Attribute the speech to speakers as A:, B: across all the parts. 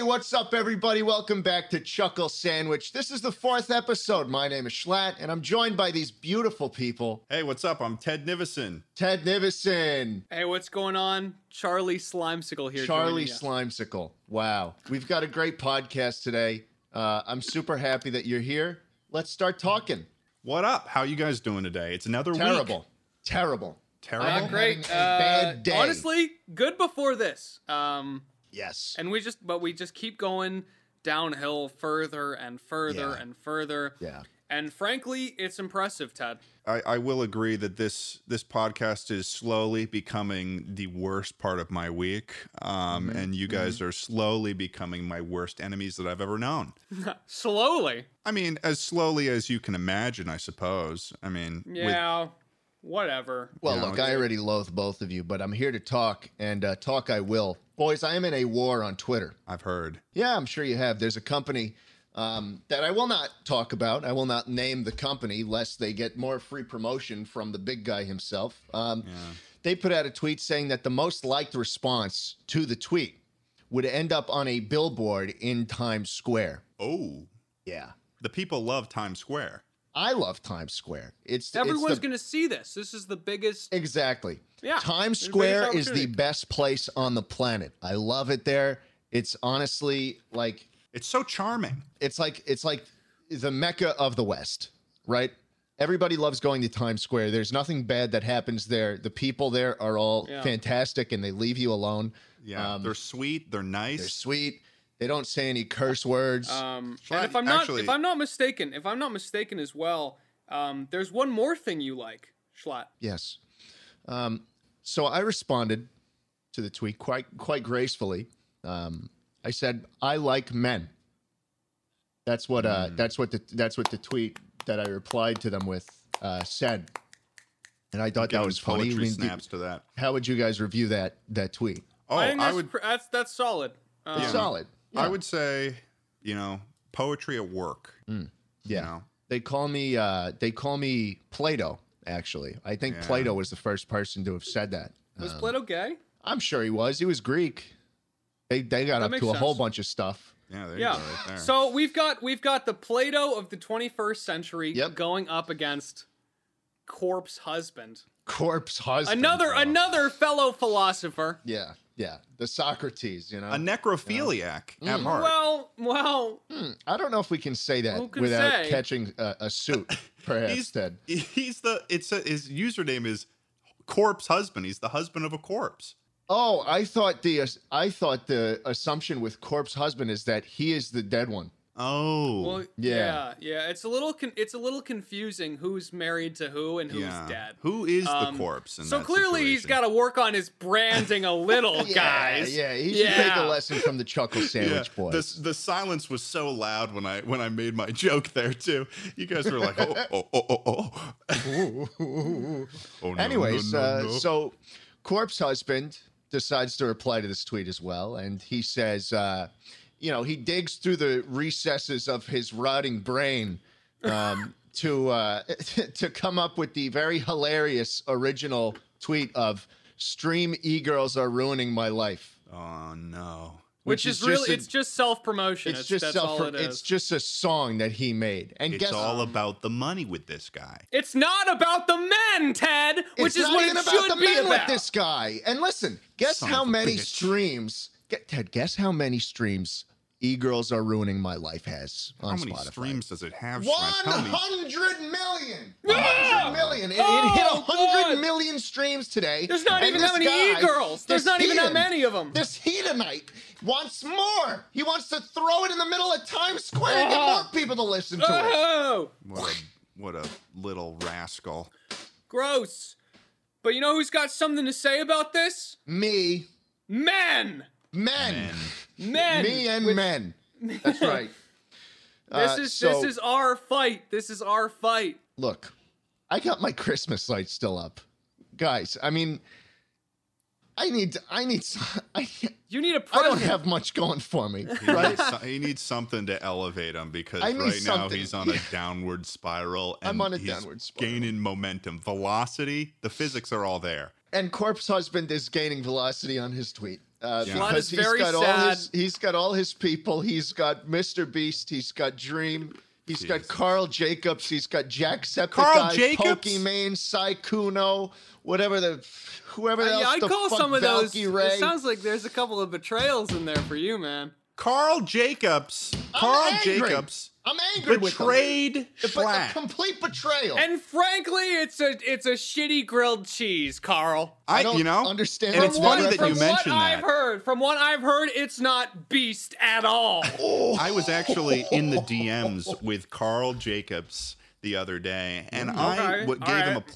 A: what's up, everybody? Welcome back to Chuckle Sandwich. This is the fourth episode. My name is Schlatt, and I'm joined by these beautiful people
B: Hey, what's up? I'm Ted Nivison.
A: Ted Nivison,
C: Hey, what's going on? Charlie Slimesicle here.
A: Charlie
C: joining ya.
A: Slimesicle. Wow. We've got a great podcast today. Uh, I'm super happy that you're here. Let's start talking.
B: What up? How you guys doing today? It's another week.
A: Terrible. Terrible.
B: Terrible.
A: I'm
C: Not great.
A: having a bad
C: Uh,
A: day.
C: Honestly, good before this. Um,
A: Yes.
C: and we just, but we just keep going downhill further and further
A: Yeah.
C: and further.
A: Yeah.
C: And frankly, it's impressive, Ted.
B: I, I will agree that this this podcast is slowly becoming the worst part of my week, um,
C: Mm-hmm.
B: and you guys are slowly becoming my worst enemies that I've ever known.
C: Slowly.
B: I mean, as slowly as you can imagine, I suppose. I mean, with-
C: Yeah. whatever.
A: Well,
B: You know,
A: look,
B: it's-
A: I already loathe both of you, but I'm here to talk, and uh, talk I will. Boys, I am in a war on Twitter.
B: I've heard.
A: Yeah, I'm sure you have. There's a company um, that I will not talk about. I will not name the company lest they get more free promotion from the big guy himself. Um, They put out a tweet saying that the most liked response to the tweet would end up on a billboard in Times Square.
B: Oh,
A: Yeah.
B: the people love Times Square.
A: I love Times Square. It's it's
C: Everyone's
A: the-
C: going to see this. This is the biggest.
A: Exactly.
C: Yeah,
A: Times
C: there's
A: Square
C: biggest
A: is the
C: opportunity.
A: best place on the planet. I love it there. It's honestly like
B: It's so charming.
A: it's like it's like the mecca of the West, right? Everybody loves going to Times Square. There's nothing bad that happens there. The people there are all
C: Yeah.
A: fantastic and they leave you alone.
B: Yeah,
A: Um,
B: they're sweet. They're nice.
A: They're sweet. They don't say any curse words.
C: Um,
B: Shall
C: and
B: I-
C: if I'm not,
B: actually-
C: if I'm not mistaken, if I'm not mistaken as well, um, there's one more thing you like, Schlatt.
A: Yes. Um, so I responded to the tweet quite quite gracefully. Um, I said, "I like men." That's what uh, that's what the that's what the tweet that I replied to them with uh, said, and I thought that
B: Giving
A: was funny.
B: poetry
A: I mean,
B: snaps to that.
A: How would you guys review that that tweet?
B: Oh,
C: I think
B: I
C: that's,
B: would.
C: pr- that's that's solid. Um,
A: It's solid.
B: I would say, you know, poetry at work.
A: Mm. Yeah.
B: You know?
A: They call me uh, they call me Plato. Actually, I think
B: Yeah.
A: Plato was the first person to have said that. Uh,
C: Was Plato gay?
A: I'm sure he was. He was Greek. They they got up
C: makes
A: to a whole
C: sense.
A: bunch of stuff.
B: Yeah, there
C: Yeah.
B: you go, right there.
C: So we've got we've got the Plato of the 21st century
A: Yep.
C: going up against corpse husband.
A: Corpse husband.
C: Another another fellow philosopher.
A: Yeah, yeah. The Socrates. You know.
B: a necrophiliac at heart.
C: Mm, Well, well,
A: Hmm. I don't know if we can say
C: Who
A: that
C: can
A: without
C: say?
A: catching a, a suit. Perhaps
B: he's
A: Ted.
B: he's the it's a, his username is corpse husband. He's the husband of a corpse.
A: Oh, I thought the uh, I thought the assumption with corpse husband is that he is the dead one.
B: Oh,
C: well
A: Yeah.
C: yeah. yeah, It's a little con- it's a little confusing who's married to who and who's
B: yeah.
C: dead.
B: Who is
C: Um,
B: the corpse? In
C: so
B: that
C: clearly he's
B: situation?
C: got to work on his branding a little, Oh, guys.
A: Yeah, yeah. He should take a lesson from the Chuckle
B: Yeah,
A: Sandwich boy.
B: the, the silence was so loud when I when I made my joke there too. You guys were like, oh, oh, oh, oh, oh. oh no, no,
A: Anyways,
B: no,
A: uh,
B: no.
A: so Corpse Husband decides to reply to this tweet as well. And he says, uh, you know, he digs through the recesses of his rotting brain um, to, uh, to come up with the very hilarious original tweet of Stream e girls are ruining my life.
B: oh no,
C: Which,
A: which
C: is,
A: is
C: really
A: just a-
C: it's just self-promotion.
A: It's just
C: that's
A: self.
C: all it is.
A: It's just a song that he made, and
B: it's
A: guess
B: all about the money with this guy.
C: It's not about the men, Ted, which
A: it's
C: is
A: not
C: what
A: even
C: it
A: about
C: should
A: the
C: be
A: men
C: about.
A: with this guy. And listen, guess
B: Son
A: how
B: of a
A: many
B: bitch.
A: streams? Get, Ted, guess how many streams "E-Girls Are Ruining My Life" has on
B: How many
A: Spotify?
B: streams does it have?
A: One
B: Shrek? How many-
A: hundred million. One
C: Yeah!
A: hundred million. It,
C: Oh,
A: it hit hundred
C: God.
A: million streams today.
C: There's not
A: And
C: even that
A: this
C: many
A: guy,
C: e-girls. There's
A: this
C: not even that
A: heathen-
C: many of them.
A: This Hedonite wants more. He wants to throw it in the middle of Times Square and get
C: Oh.
A: more people to listen to it.
C: Oh,
B: What a what a little rascal.
C: gross. But you know who's got something to say about this?
A: Me,
C: Men.
A: men,
C: Men.
A: me, and men. That's right. uh,
C: this is
A: so-
C: this is our fight. This is our fight.
A: look, I got my Christmas lights still up, guys. I mean, I need, I need, s- I,
C: You need a
A: I don't
C: president.
A: have much going for me,
B: He,
A: right?
B: needs, so- he needs something to elevate him because
A: I
B: right
A: need
B: now
A: something.
B: he's on a downward spiral and
A: I'm on a
B: he's
A: downward spiral.
B: gaining momentum, velocity. The physics are all there.
A: and Corpse Husband is gaining velocity on his tweet. Uh,
B: Yeah.
C: Vlad
A: Because
C: is
A: he's
C: very
A: got all
C: sad.
A: his he's got all his people. He's got Mr. Beast. He's got Dream. He's got
B: Jesus.
A: Carl Jacobs. He's got Jacksepticeye,
B: Carl Jacobs?
A: Pokimane, Saikuno, whatever the whoever else.
C: yeah, I
A: the
C: call
A: fuck
C: some of those.
A: Valkyrie.
C: It sounds like there's a couple of betrayals in there for you, man.
B: Carl Jacobs.
A: I'm
B: Carl
A: angry.
B: Jacobs
A: I'm angry
B: betrayed
A: with them. But a
B: Schlatt.
A: complete betrayal.
C: And frankly, it's a it's a shitty grilled cheese, Carl.
A: I
B: I,
A: don't
B: you know,
A: understand
B: and
A: that
B: it's funny that
C: from
A: reference.
B: you mentioned
C: what
B: that.
C: I've heard, from what I've heard, it's not beast at all.
B: I was actually in the DMs with Carl Jacobs the other day, and I
C: Mm, Okay.
B: w-
C: All
B: gave him a
C: right. All right,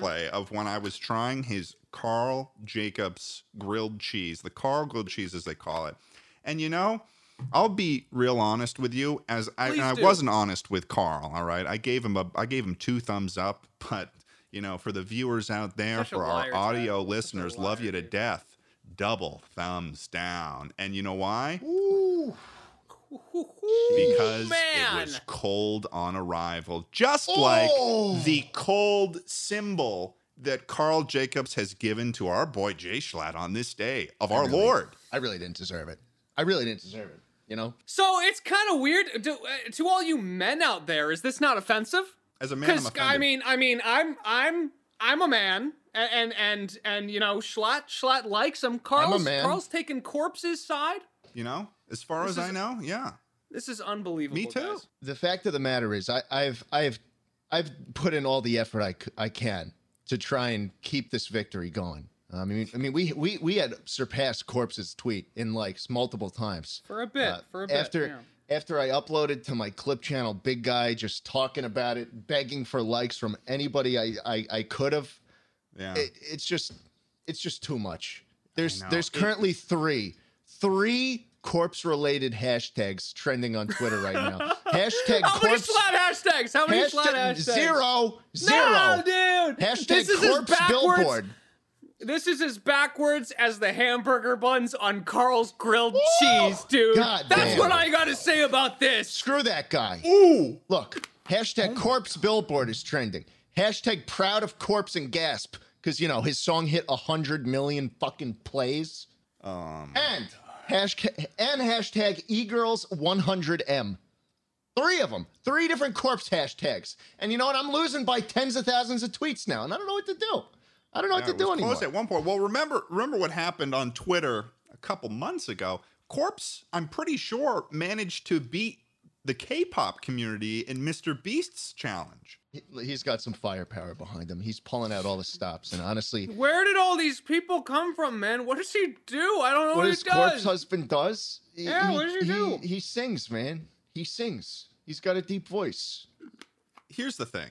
B: play-by-play of when I was trying his Carl Jacobs grilled cheese, the Carl grilled cheese as they call it. And you know, I'll be real honest with you, as I, and
C: Please
B: I
C: do.
B: wasn't honest with Carl. All right, I gave him a, I gave him two thumbs up, but you know, for the viewers out there,
C: Such a
B: for our
C: liar,
B: audio
C: Chad. Such a
B: listeners, love you
C: liar,
B: to death. Double thumbs down. And you know why?
A: Ooh.
B: because
C: man.
B: it was cold on arrival, just
A: Oh.
B: like the cold symbol that Carl Jacobs has given to our boy Jay Schlatt on this day of our
A: really-
B: Lord.
A: I really didn't deserve it. I really didn't deserve it. You know,
C: so it's kind of weird to, uh, to all you men out there. Is this not offensive?
B: As a man, I'm
C: Because
B: offended.
C: I mean, I mean, I'm I'm I'm a man, a- and and and you know, Schlatt Schlatt likes him. Carl's
A: man.
C: Carl's taking corpses side.
B: you know, as far as
C: This
B: I
C: is-
B: know, yeah,
C: This is unbelievable.
B: me too.
C: guys.
A: the fact of the matter is, I, I've I've I've put in all the effort I, c- I can to try and keep this victory going. I mean, I mean, we we we had surpassed Corpse's tweet in likes multiple times.
C: For a bit,
A: Uh,
C: for a bit.
A: after
C: yeah.
A: after I uploaded to my clip channel, big guy just talking about it, begging for likes from anybody I I, I could have.
B: Yeah,
A: It, it's just it's just too much. There's
B: know.
A: there's
B: It-
A: currently three three corpse related hashtags trending on Twitter right now. Hashtag
C: How many
A: corpse
C: Schlatt hashtags? How many Schlatt
A: Hashtag
C: hashtags?
A: zero zero.
C: No, dude.
A: Hashtag
C: this is as
A: corpse
C: backwards.
A: billboard.
C: This is as backwards as the hamburger buns on Carl's grilled cheese, dude.
A: God
C: That's
A: damn.
C: what I gotta say about this.
A: Screw that guy.
B: ooh,
A: Look,
C: Oh
A: hashtag corpse billboard is trending. Hashtag proud of corpse and gasp because you know his song hit a hundred million fucking plays.
B: um,
A: And hashtag and hashtag egirls 100m. Three of them, three different corpse hashtags. And you know what? I'm losing by tens of thousands of tweets now, and I don't know what to do. I don't know
B: yeah,
A: what
B: it
A: to do
B: was
A: anymore.
B: close at one point. Well, remember, remember what happened on Twitter a couple months ago. Corpse, I'm pretty sure, managed to beat the K-pop community in Mr. Beast's challenge.
A: He- He's got some firepower behind him. He's pulling out all the stops, and honestly,
C: Where did all these people come from, man? What does he do? I don't know what,
A: what
C: he
A: his corpse
C: does.
A: husband does. he-
C: Yeah, what does he do?
A: He sings, man. He sings. He's got a deep voice.
B: here's the thing.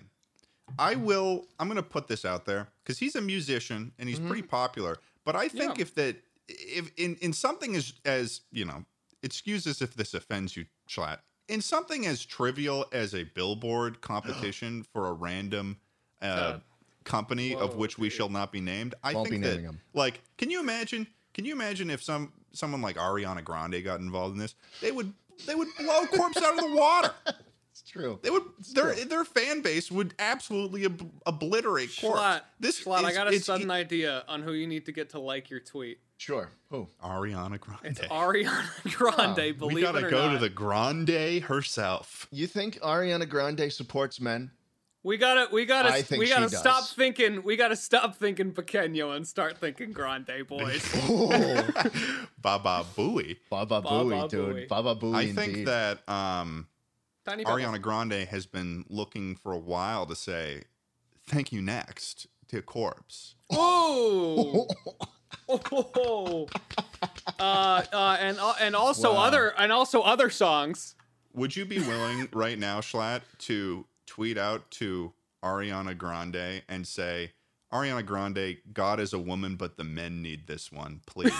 B: I will. I'm going to put this out there because he's a musician and he's pretty popular. But I think
C: Mm-hmm. Yeah.
B: if that, if in in something as as you know, excuse us if this offends you, Schlatt. In something as trivial as a billboard competition for a random uh,
C: Uh,
B: company of
C: whoa,
B: which we
C: dude.
B: shall not be named, I
A: Won't
B: think
A: be
B: that
A: naming 'em.
B: like, can you imagine? Can you imagine if some someone like Ariana Grande got involved in this? They would they would blow corpse out of the water.
A: It's true.
B: They would their
A: true.
B: their fan base would absolutely ob- obliterate Corpse.
C: Schlatt, Schlatt, I
B: is-
C: got a
B: it's- e-
C: sudden idea on who you need to get to like your tweet.
A: Sure. Who?
B: Ariana Grande.
C: It's Ariana Grande.
A: We
C: believe
B: we gotta
C: it or
B: go
C: not.
B: to the Grande herself.
A: You think Ariana Grande supports men?
C: We gotta, we
A: I
C: gotta,
A: think
C: we
A: she
C: gotta
A: does.
C: stop thinking. We gotta stop thinking Pequeño and start thinking Grande, boys.
A: Oh,
B: Baba Booey.
A: Baba Booey,
C: Baba
A: dude.
C: Booey.
A: Baba Booey.
B: I
A: indeed.
B: think that um,
C: Tiny Pebbles.
B: Ariana Grande has been looking for a while to say thank you next to Corpse.
C: Oh. oh. Uh, uh, and uh, and also
A: Wow.
C: other and also other songs.
B: Would you be willing right now, Schlatt, to tweet out to Ariana Grande and say, Ariana Grande, God is a woman, but the men need this one, please?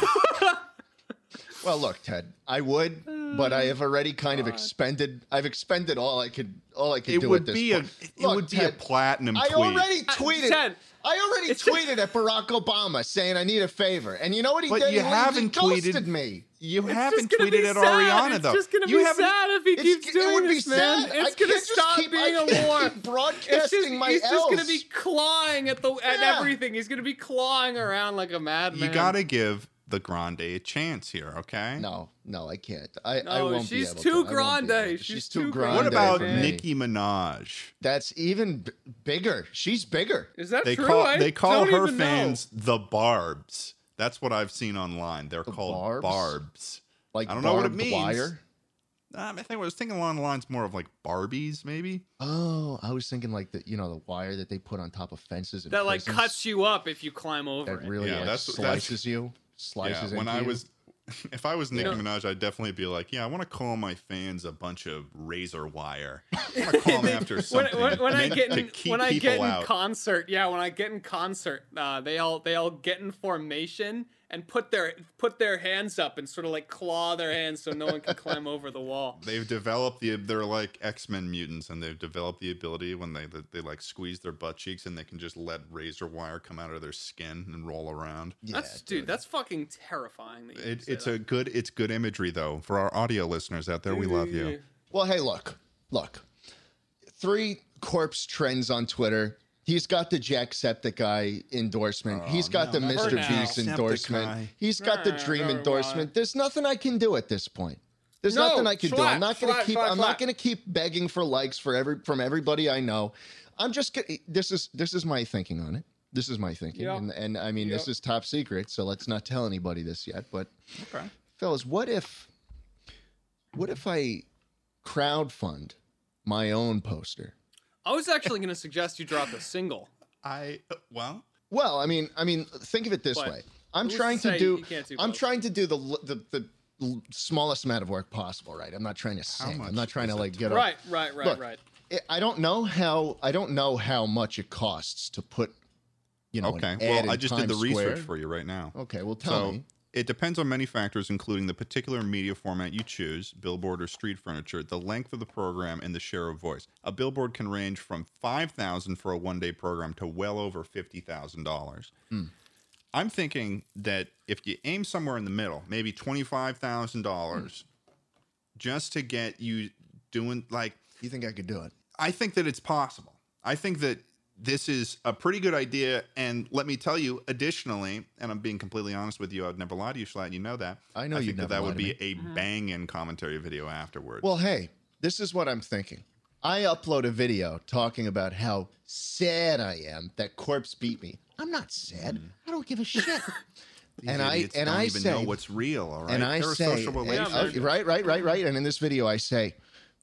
A: Well, look, Ted. I would, but I have already kind
C: Uh,
A: of expended. I've expended all I could. All I could
B: it
A: do
B: would
A: at this
B: be
A: point.
B: a it
A: Look,
B: would be a
A: Ted,
B: platinum
A: I
B: tweet.
A: already
C: Uh,
A: tweeted.
C: Ted,
A: I already
C: it's-
A: tweeted at Barack Obama saying I need a favor, and you know what he
B: But
A: did?
B: you
A: he
B: haven't
A: he ghosted
B: tweeted-
A: me.
B: you
C: it's
B: haven't
C: just gonna
B: tweeted
C: be
B: at
C: sad.
B: Ariana
C: it's
B: though.
C: Just gonna
B: you
C: be
B: haven't
C: sad if he
A: It's-
C: keeps doing
A: it would
C: this,
A: be
C: man.
A: sad. I
C: It's gonna
A: can't just
C: stop
A: keep,
C: being
A: I
C: a
A: can't
C: war.
A: Keep
C: It's
A: broadcasting
C: just,
A: my
C: he's just gonna be
A: Ls.
C: clawing at the at
A: Yeah.
C: everything. He's gonna be clawing around like a madman.
B: you gotta give the grande chance here, okay?
A: No, no, I can't. I, I
C: No,
A: won't
C: she's
A: be able
C: too
A: to. I won't be
C: grande.
A: able to.
C: She's
A: She's
C: too
A: too grande.
C: grande
B: What about
A: for me.
B: Nicki Minaj?
A: That's even b- bigger. She's bigger.
C: Is that
B: They
C: true?
B: call
C: I
B: they call
C: don't
B: her
C: even know.
B: fans the Barbs. That's what I've seen online. They're called
A: Barbs?
B: Barbs.
A: Like
B: I don't know what it
A: barbed
B: means.
A: Wire.
B: Um, I think I was thinking along the lines more of like Barbies, maybe.
A: Oh, I was thinking like the you know the wire that they put on top of fences. and
C: that like
A: prisons
C: cuts you up if you climb over
A: That
C: it.
A: really
B: Yeah,
A: like,
B: that's- that's-
A: slices you. Slices.
B: yeah, when
A: into
B: I
A: you.
B: was, if I was Nicki
C: Yeah.
B: Minaj, I'd definitely be like, yeah, I want to call my fans a bunch of razor wire. I want to call them after
C: When,
B: something.
C: when, when I
B: meant
C: get
B: to
C: in,
B: keep
C: when I
B: people
C: get in
B: out.
C: concert, yeah, when I get in concert, uh, they all they all get in formation and put their put their hands up and sort of like claw their hands so no one can climb over the wall.
B: They've developed the they're like X Men mutants, and they've developed the ability when they, they like squeeze their butt cheeks and they can just let razor wire come out of their skin and roll around.
A: Yeah,
C: That's dude, that's fucking terrifying. That you
B: It, it's a good it's good imagery though for our audio listeners out there. We love you.
A: Well, hey, look, look. Three corpse trends on Twitter. He's got the Jacksepticeye endorsement.
B: Oh,
A: He's got the
C: not
A: Mr.
C: now.
A: Beast endorsement.
B: Jacksepticeye.
A: He's got the
C: Nah,
A: Dream
C: no,
A: endorsement.
C: why?
A: There's nothing I can do at this point. There's
C: No,
A: nothing I can do.
C: flat,
A: I'm not going to
C: flat,
A: keep.
C: flat,
A: I'm
C: flat.
A: not going to keep begging for likes for every from everybody I know. I'm just. gonna- This is this is my thinking on it. This is my thinking,
C: Yeah.
A: and and I mean this
C: Yeah.
A: is top secret, so let's not tell anybody this yet. But
B: Okay.
A: fellas, what if what if I crowdfund my own poster?
C: I was actually going to suggest you drop a single.
B: I uh, well
A: Well, I mean, I mean, think of it this
C: But
A: way. I'm
C: who's
A: trying
C: to
A: to
C: say
A: do,
C: you can't do
A: I'm
C: both?
A: trying to do the l- the the l- smallest amount of work possible, right? I'm not trying to sing.
B: much
A: I'm not trying
B: is
A: to
B: it?
A: like get
C: Right, right, right,
A: Look,
C: right.
A: A, I don't know how I don't know how much it costs to put you know an
B: okay.
A: ad
B: Well,
A: in
B: I just did the
A: Times
B: research
A: Square.
B: for you right now.
A: Okay, well tell
B: So
A: me.
B: it depends on many factors, including the particular media format you choose, billboard or street furniture, the length of the program, and the share of voice. A billboard can range from five thousand for a one-day program to well over fifty thousand dollars.
A: Hmm.
B: I'm thinking that if you aim somewhere in the middle, maybe twenty-five thousand dollars,
A: Hmm.
B: just to get you doing like
A: You think I could do it?
B: I think that it's possible. I think that this is a pretty good idea. And let me tell you, additionally, and I'm being completely honest with you, I'd never lie to you, Schlatt. You know that.
A: I know
B: I
A: you'd
B: think
A: never
B: that that
A: lie to
B: would be a
C: Mm-hmm.
B: banging commentary video afterwards.
A: Well, hey, this is what I'm thinking. I upload a video talking about how sad I am that Corpse beat me. I'm not sad. I don't give a shit.
B: Mm-hmm. These
A: and I-
B: idiots
A: and
B: don't
A: I
B: even
A: say-
B: know what's real. All right,
A: and I
B: They're a
A: say,
B: social
A: and-
B: relation.
C: Yeah, man.
A: uh, right, right, right, right. And in this video, I say,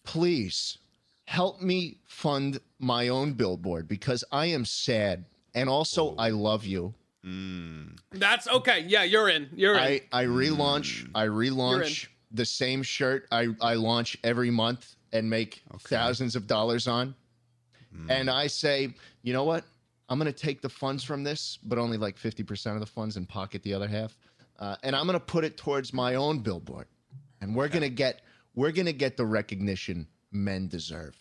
A: please help me fund my own billboard because I am sad. And also, I love you.
B: Mm.
C: That's okay. Yeah, you're in. You're in.
A: I, I relaunch. I relaunch the same shirt I, I launch every month and make thousands of dollars on. And I say, you know what? I'm going to take the funds from this, but only like 50% of the funds and pocket the other half. Uh, and I'm going to put it towards my own billboard. And we're going to get we're going to get the recognition men deserve.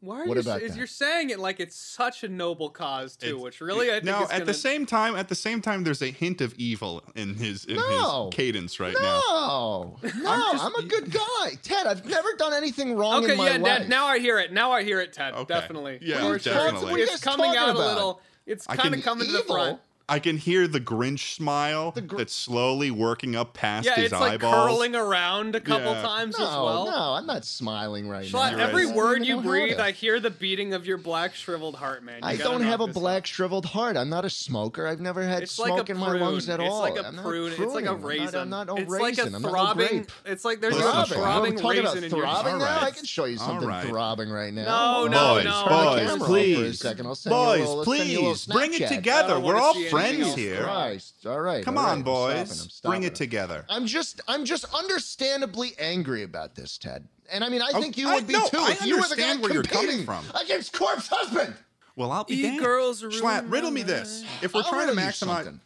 C: Why are
A: What
C: you?
A: about
C: is
A: that?
C: you're saying it like it's such a noble cause too,
B: It's-
C: which really I think
B: now
C: is
B: at
C: gonna,
B: the same time, at the same time, there's a hint of evil in his in
A: No.
B: his cadence right now.
A: No, no, I'm, a good guy, Ted. I've never done anything wrong
C: Okay,
A: in my
C: yeah,
A: life.
C: Dad, now I hear it. Now I hear it, Ted.
B: Okay.
C: Definitely.
B: Yeah,
C: For sure.
B: definitely. What are you
C: It's
A: guys
C: coming
A: talking
C: out a
A: about?
C: little. It's
B: I
C: kind of
B: can-
C: coming to the
A: Evil?
C: front.
B: I can hear the Grinch smile
A: gr-
B: that's slowly working up past
C: Yeah,
B: his
C: it's like
B: eyeballs.
C: curling around a couple
B: Yeah.
C: times
A: No,
C: as well.
A: no, I'm not smiling right now.
C: Schlatt,
B: You're
C: every
B: right.
C: word
A: I
C: you
A: don't know how
C: breathe,
A: to-
C: I hear the beating of your black shriveled heart, man. You
A: I
C: gotta
A: don't
C: knock
A: have a
C: this out.
A: black shriveled heart. I'm not a smoker. I've never had
C: It's
A: smoke
C: like a prune.
A: in my lungs at
C: it's
A: all.
C: like a
A: I'm not
C: prune. It's like a
A: pruning.
C: raisin.
A: I'm not, I'm not a
C: it's like
A: raisin.
C: a
A: I'm
C: throbbing.
A: not a grape.
C: it's like there's
B: Listen,
C: a
B: Schlatt.
C: throbbing
A: We're talking
C: raisin
A: about
C: in your
A: throbbing
B: All
A: now.
B: right.
A: I can show you
B: All
A: something
B: right.
A: throbbing right now.
C: No,
A: Hold
C: no,
A: on.
B: Boys,
A: Turn the camera off
B: boys,
C: no.
A: For a
B: please.
A: second. I'll send you a
B: Boys,
A: little, I'll send you a
B: please
A: little
B: bring it
A: Snapchat.
C: I
B: together.
C: don't
B: We're
C: wanna
B: all
C: see anything
B: friends
C: else.
B: here.
A: Christ. All right.
B: Come
A: all right.
B: on,
A: I'm stopping. I'm
B: boys.
A: stopping.
B: Bring it together.
A: I'm just I'm just understandably angry about this, Ted. And I mean, I think you
B: Oh, I-
A: would be
B: no,
A: too
B: I
A: if you were the guy
B: understand where you're coming
A: competing
B: from.
A: against Corpse Husband.
B: Well, I'll be
C: You
B: damned.
C: E girls ruin
B: Schlatt,
C: my
B: riddle me this. If we're
A: I'll
B: trying to
A: riddle you
B: maximize,
A: something.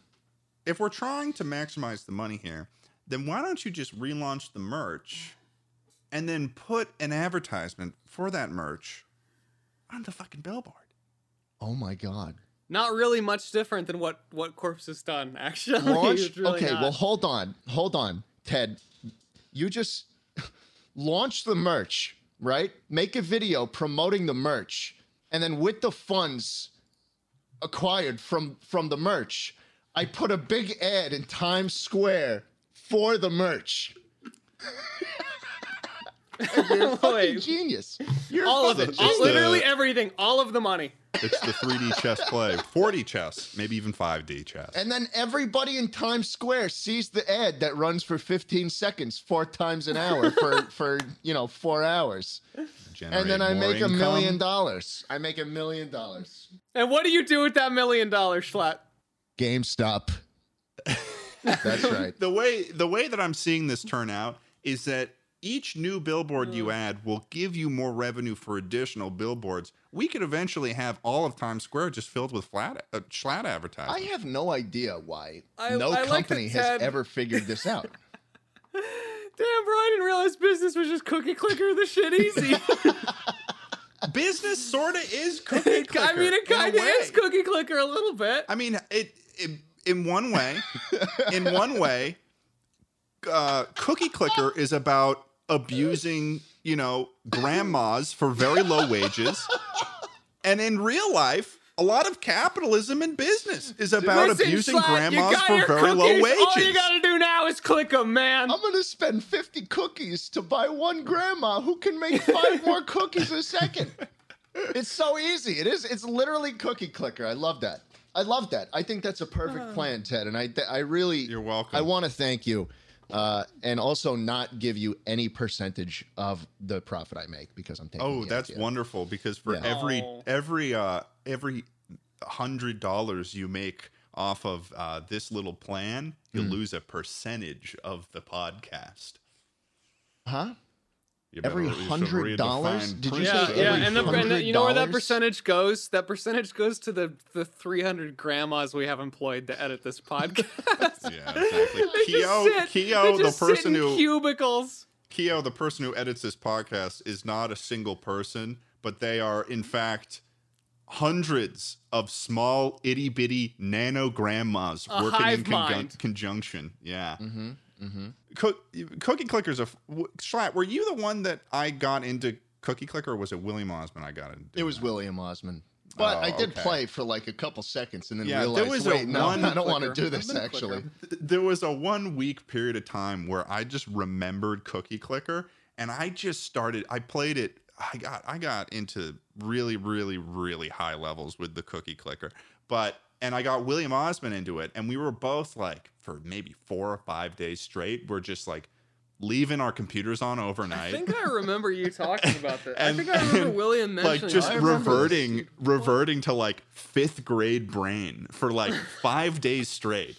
B: if we're trying to maximize the money here, then why don't you just relaunch the merch, and then put an advertisement for that merch on the fucking billboard?
A: Oh my God.
C: Not really much different than what what Corpse has done, actually.
A: Launch.
C: It's really
A: okay.
C: not.
A: Well, hold on, hold on, Ted. You just launch the merch, right? Make a video promoting the merch, and then with the funds acquired from from the merch, I put a big ad in Times Square for the merch. You're a fucking
C: Wait.
A: genius. You're a
C: All of
A: fucking
C: it. All,
B: uh,
A: genius.
C: literally everything. All of the money.
B: It's the 3D chess play, 4D chess, maybe even 5D chess.
A: And then everybody in Times Square sees the ad that runs for 15 seconds, four times an hour for for you know four hours.
B: Generate
A: And then I
B: more
A: make a
B: income.
A: million dollars. I make a million dollars.
C: And what do you do with that million dollars, Schlatt?
A: GameStop. That's right.
B: The way the way that I'm seeing
C: Mm.
B: this turn out is that each new billboard you add will give you more revenue for additional billboards. We could eventually have all of Times Square just filled with flat uh, flat
A: I
B: advertising.
A: have no idea why
C: I-
A: no
C: I like that
A: company has
C: Ted-
A: ever figured this out.
C: Damn, bro, I didn't realize business was just cookie clicker the shit easy.
B: Business sorta is cookie clicker.
C: I mean, it
B: in a
C: kind of
B: way.
C: is cookie clicker a little bit.
B: I mean, it, it in one way, in one way, uh, Cookie Clicker is about abusing, you know, grandmas for very low wages, and in real life. A lot of capitalism and business is about
C: Listen,
B: abusing
C: Schlatt, you
B: grandmas
C: got
B: for
C: your
B: very low
C: cookies.
B: wages.
C: All you gotta do now is click them, man.
A: I'm gonna spend 50 cookies to buy one grandma who can make five more cookies a second. It's so easy. It is. It's literally cookie clicker. I love that. I love that. I think that's a perfect plan, Ted. And I, I really,
B: You're welcome.
A: I want to thank you, uh, and also not give you any percentage of the profit I make because I'm taking.
B: Oh,
A: the
B: that's
A: idea.
B: wonderful because for
A: Yeah.
B: every
C: Oh.
B: every uh every hundred dollars you make off of uh this little plan, you
A: Mm.
B: lose a percentage of the podcast.
A: Huh?
B: You better
A: Every
B: re- you should
A: hundred
B: read the
A: dollars?
B: fine
A: Did you
B: print
C: yeah,
B: of
A: say
C: yeah,
A: every
B: every
C: and, the, and
B: hundred-
C: the- you know where that
A: $100?
C: percentage goes? That percentage goes to the the 300 grandmas we have employed to edit this podcast.
B: yeah, exactly.
C: They
B: Keo,
C: just sit,
B: Keo,
C: they
B: the
C: just sit
B: person
C: in
B: who
C: cubicles.
B: Keo, the person who edits this podcast, is not a single person, but they are in fact hundreds of small itty bitty nano grandmas
C: A
B: working in
C: hive
B: conjun-
C: mind.
B: conjunction. Yeah.
A: Mhm, mhm.
B: Cook, cookie clickers. Are, f- w- Schlatt, were you the one that I got into cookie clicker, or was it William Osmond I got into?
A: It was William Osmond. But
B: Oh,
A: I did
B: okay.
A: play for like a couple seconds and then
B: Yeah, there
A: realized,
B: was a
A: wait, no,
B: one
A: I don't want to do
C: clicker.
A: this
C: One clicker.
A: actually.
B: Th- there was a one week period of time where I just remembered Cookie Clicker, and I just started. I played it. I got I got into really really really high levels with the Cookie Clicker, but and I got William Osmond into it, and we were both like for maybe four or five days straight. We're just like leaving our computers on
C: I
B: overnight.
C: think I remember you mentioning about this.
B: I And-
C: I think I remember
B: and,
C: William mentioning
B: like just
A: I remember this,
B: reverting reverting to like fifth grade brain for like five days straight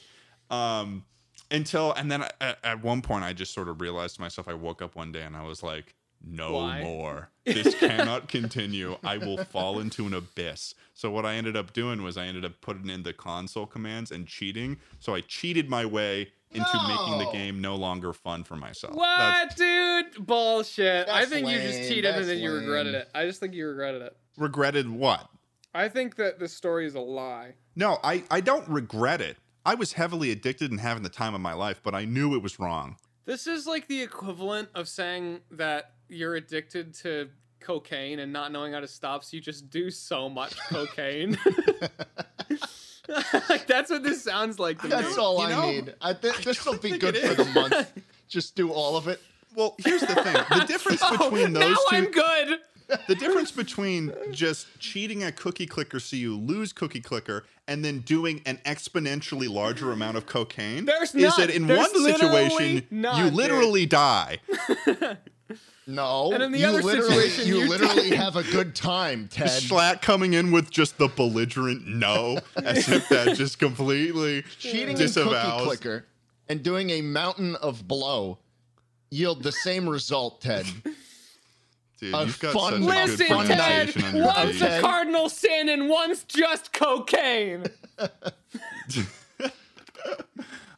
B: um until and then I, at, at one point i just sort of realized to myself i woke up one day and i was like no
C: Why?
B: more this cannot continue i will fall into an abyss so what i ended up doing was i ended up putting in the console commands and cheating so i cheated my way into making the
A: No.
B: game no longer fun for myself
C: What,
B: That's-
C: dude? Bullshit. I
A: That's
C: think you
A: lame,
C: just cheated
A: that's
C: and then you regretted
A: lame.
C: it. I just think you regretted it.
B: regretted what
C: I think that the story is a lie.
B: No, I, I don't regret it. I was heavily addicted and having the time of my life, but I knew it was wrong.
C: This is like the equivalent of saying that you're addicted to cocaine and not knowing how to stop, so you just do so much cocaine. like that's what this sounds like to
A: That's
C: me.
A: all
B: you
A: I
B: know,
A: need. I think this will be
B: think
A: good
B: it
A: for the
B: is.
A: month. Just do all of it.
B: Well, here's the thing. The difference between
C: Oh, now
B: those
C: I'm
B: two
C: good.
B: the difference between just cheating at cookie clicker so you lose cookie clicker and then doing an exponentially larger amount of cocaine
C: There's
B: is that
C: none.
B: in
C: There's
B: one situation
C: literally none,
B: you
C: dude.
B: literally die.
A: No,
C: And in the
A: you
C: other
A: literally,
C: situation,
A: you
C: you
A: literally have a good time, Ted.
B: Schlatt coming in with just the belligerent no as if that just completely
A: Cheating in
B: disavows.
A: cookie clicker and doing a mountain of blow yield the same result, Ted.
B: Dude,
A: A
B: you've got
A: fun-
B: such a good
C: Listen, Ted,
B: pronunciation on your
C: one's
B: page.
C: a cardinal sin and one's just cocaine.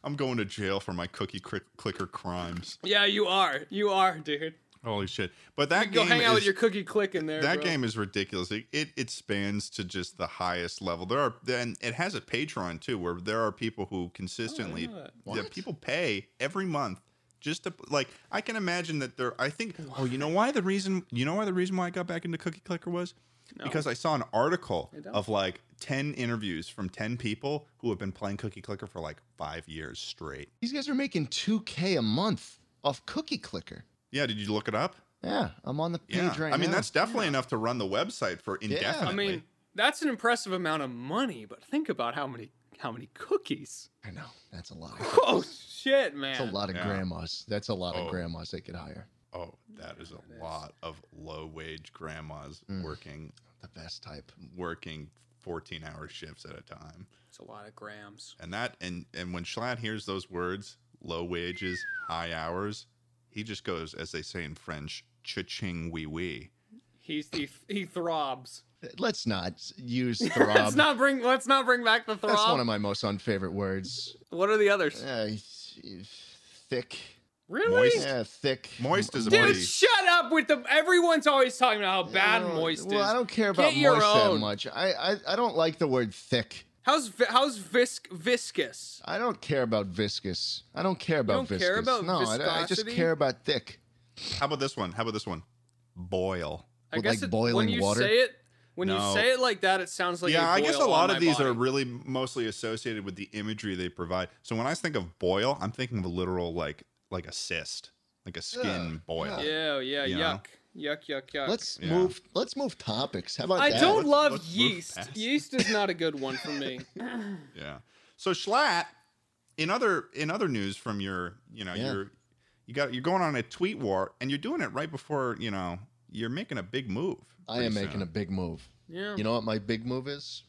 B: I'm going to jail for my cookie cri- clicker crimes.
C: yeah, you are. You are, dude.
B: Holy shit! But that
C: Go
B: game
C: hang out
B: is,
C: with your cookie click in there.
B: that
C: bro.
B: game is ridiculous. It, it it spans to just the highest level. There are and it has a Patreon too, where there are people who consistently
C: know that.
B: yeah, people pay every month just to like. I can imagine that there. I think. Oh, you know why the reason? You know why the reason why I got back into cookie clicker was because I saw an article
C: don't.
B: of like 10 interviews from 10 people who have been playing Cookie Clicker for like five years straight.
A: These guys are making 2K a month off Cookie Clicker.
B: Yeah, did you look it up?
A: Yeah, I'm on the page
B: Yeah.
A: right now.
B: I mean, that's definitely enough to run the website for
A: I
B: indefinitely.
C: I mean, that's an impressive amount of money, but think about how many how many cookies.
A: I know. That's a lot.
C: Oh shit, man.
A: That's a lot of
B: Yeah.
A: grandmas. That's a lot
B: Oh.
A: of grandmas they could hire.
B: oh, that is a lot of low wage grandmas working
A: The best type.
B: working 14 hour shifts at a time.
C: It's a lot of grams.
B: And that and and when Schlatt hears those words, low wages, high hours, he just goes, as they say in French, cha-ching wee wee.
C: He's he, he throbs.
A: Let's not use
C: Let's
A: throb.
C: not bring let's not bring back the throb.
A: That's one of my most unfavorite words.
C: what are the others?
A: Uh, it's- it's thick.
C: really?
B: Moist.
A: Yeah, thick.
B: Moist is a
C: Dude,
B: bloody-
C: shut up with the everyone's always talking about how bad
A: Uh,
C: moist is.
A: Well, I don't care about
C: Get your
A: moist that
C: own.
A: much. I, I I don't like the word thick.
C: How's vi- how's visc- viscous?
A: I don't care about viscous. I don't care about
C: don't
A: viscous.
C: care about
A: no, I, I just
C: viscosity?
A: care about thick.
B: How about this one? How about this one? Boil.
C: I
A: With,
C: guess
A: like,
C: it, when
A: boiling
C: you
A: water?
C: say it when
B: No.
C: you say it like that, it sounds like
B: yeah,
C: I
B: I guess a lot of these are really mostly associated with the imagery they provide. So when I think of boil, I'm thinking of a literal like like a cyst, like a skin
A: Ugh,
B: boil.
C: yeah, yeah,
B: You know?
C: yuck, yuck, yuck, yuck.
A: Let's
B: Yeah.
A: move. Let's move topics. How about
C: Uh, I
A: that?
C: don't
B: let's-
C: love
B: let's move
C: yeast.
B: past.
C: Yeast is not a good one for me.
B: Yeah. So Schlatt, in other in other news from your, you know,
A: Yeah.
B: your you got you're going on a tweet war and you're doing it right before, you know, you're making a big move.
A: I am
B: pretty
A: making a
B: soon.
A: big move.
C: Yeah.
A: You know what my big move is?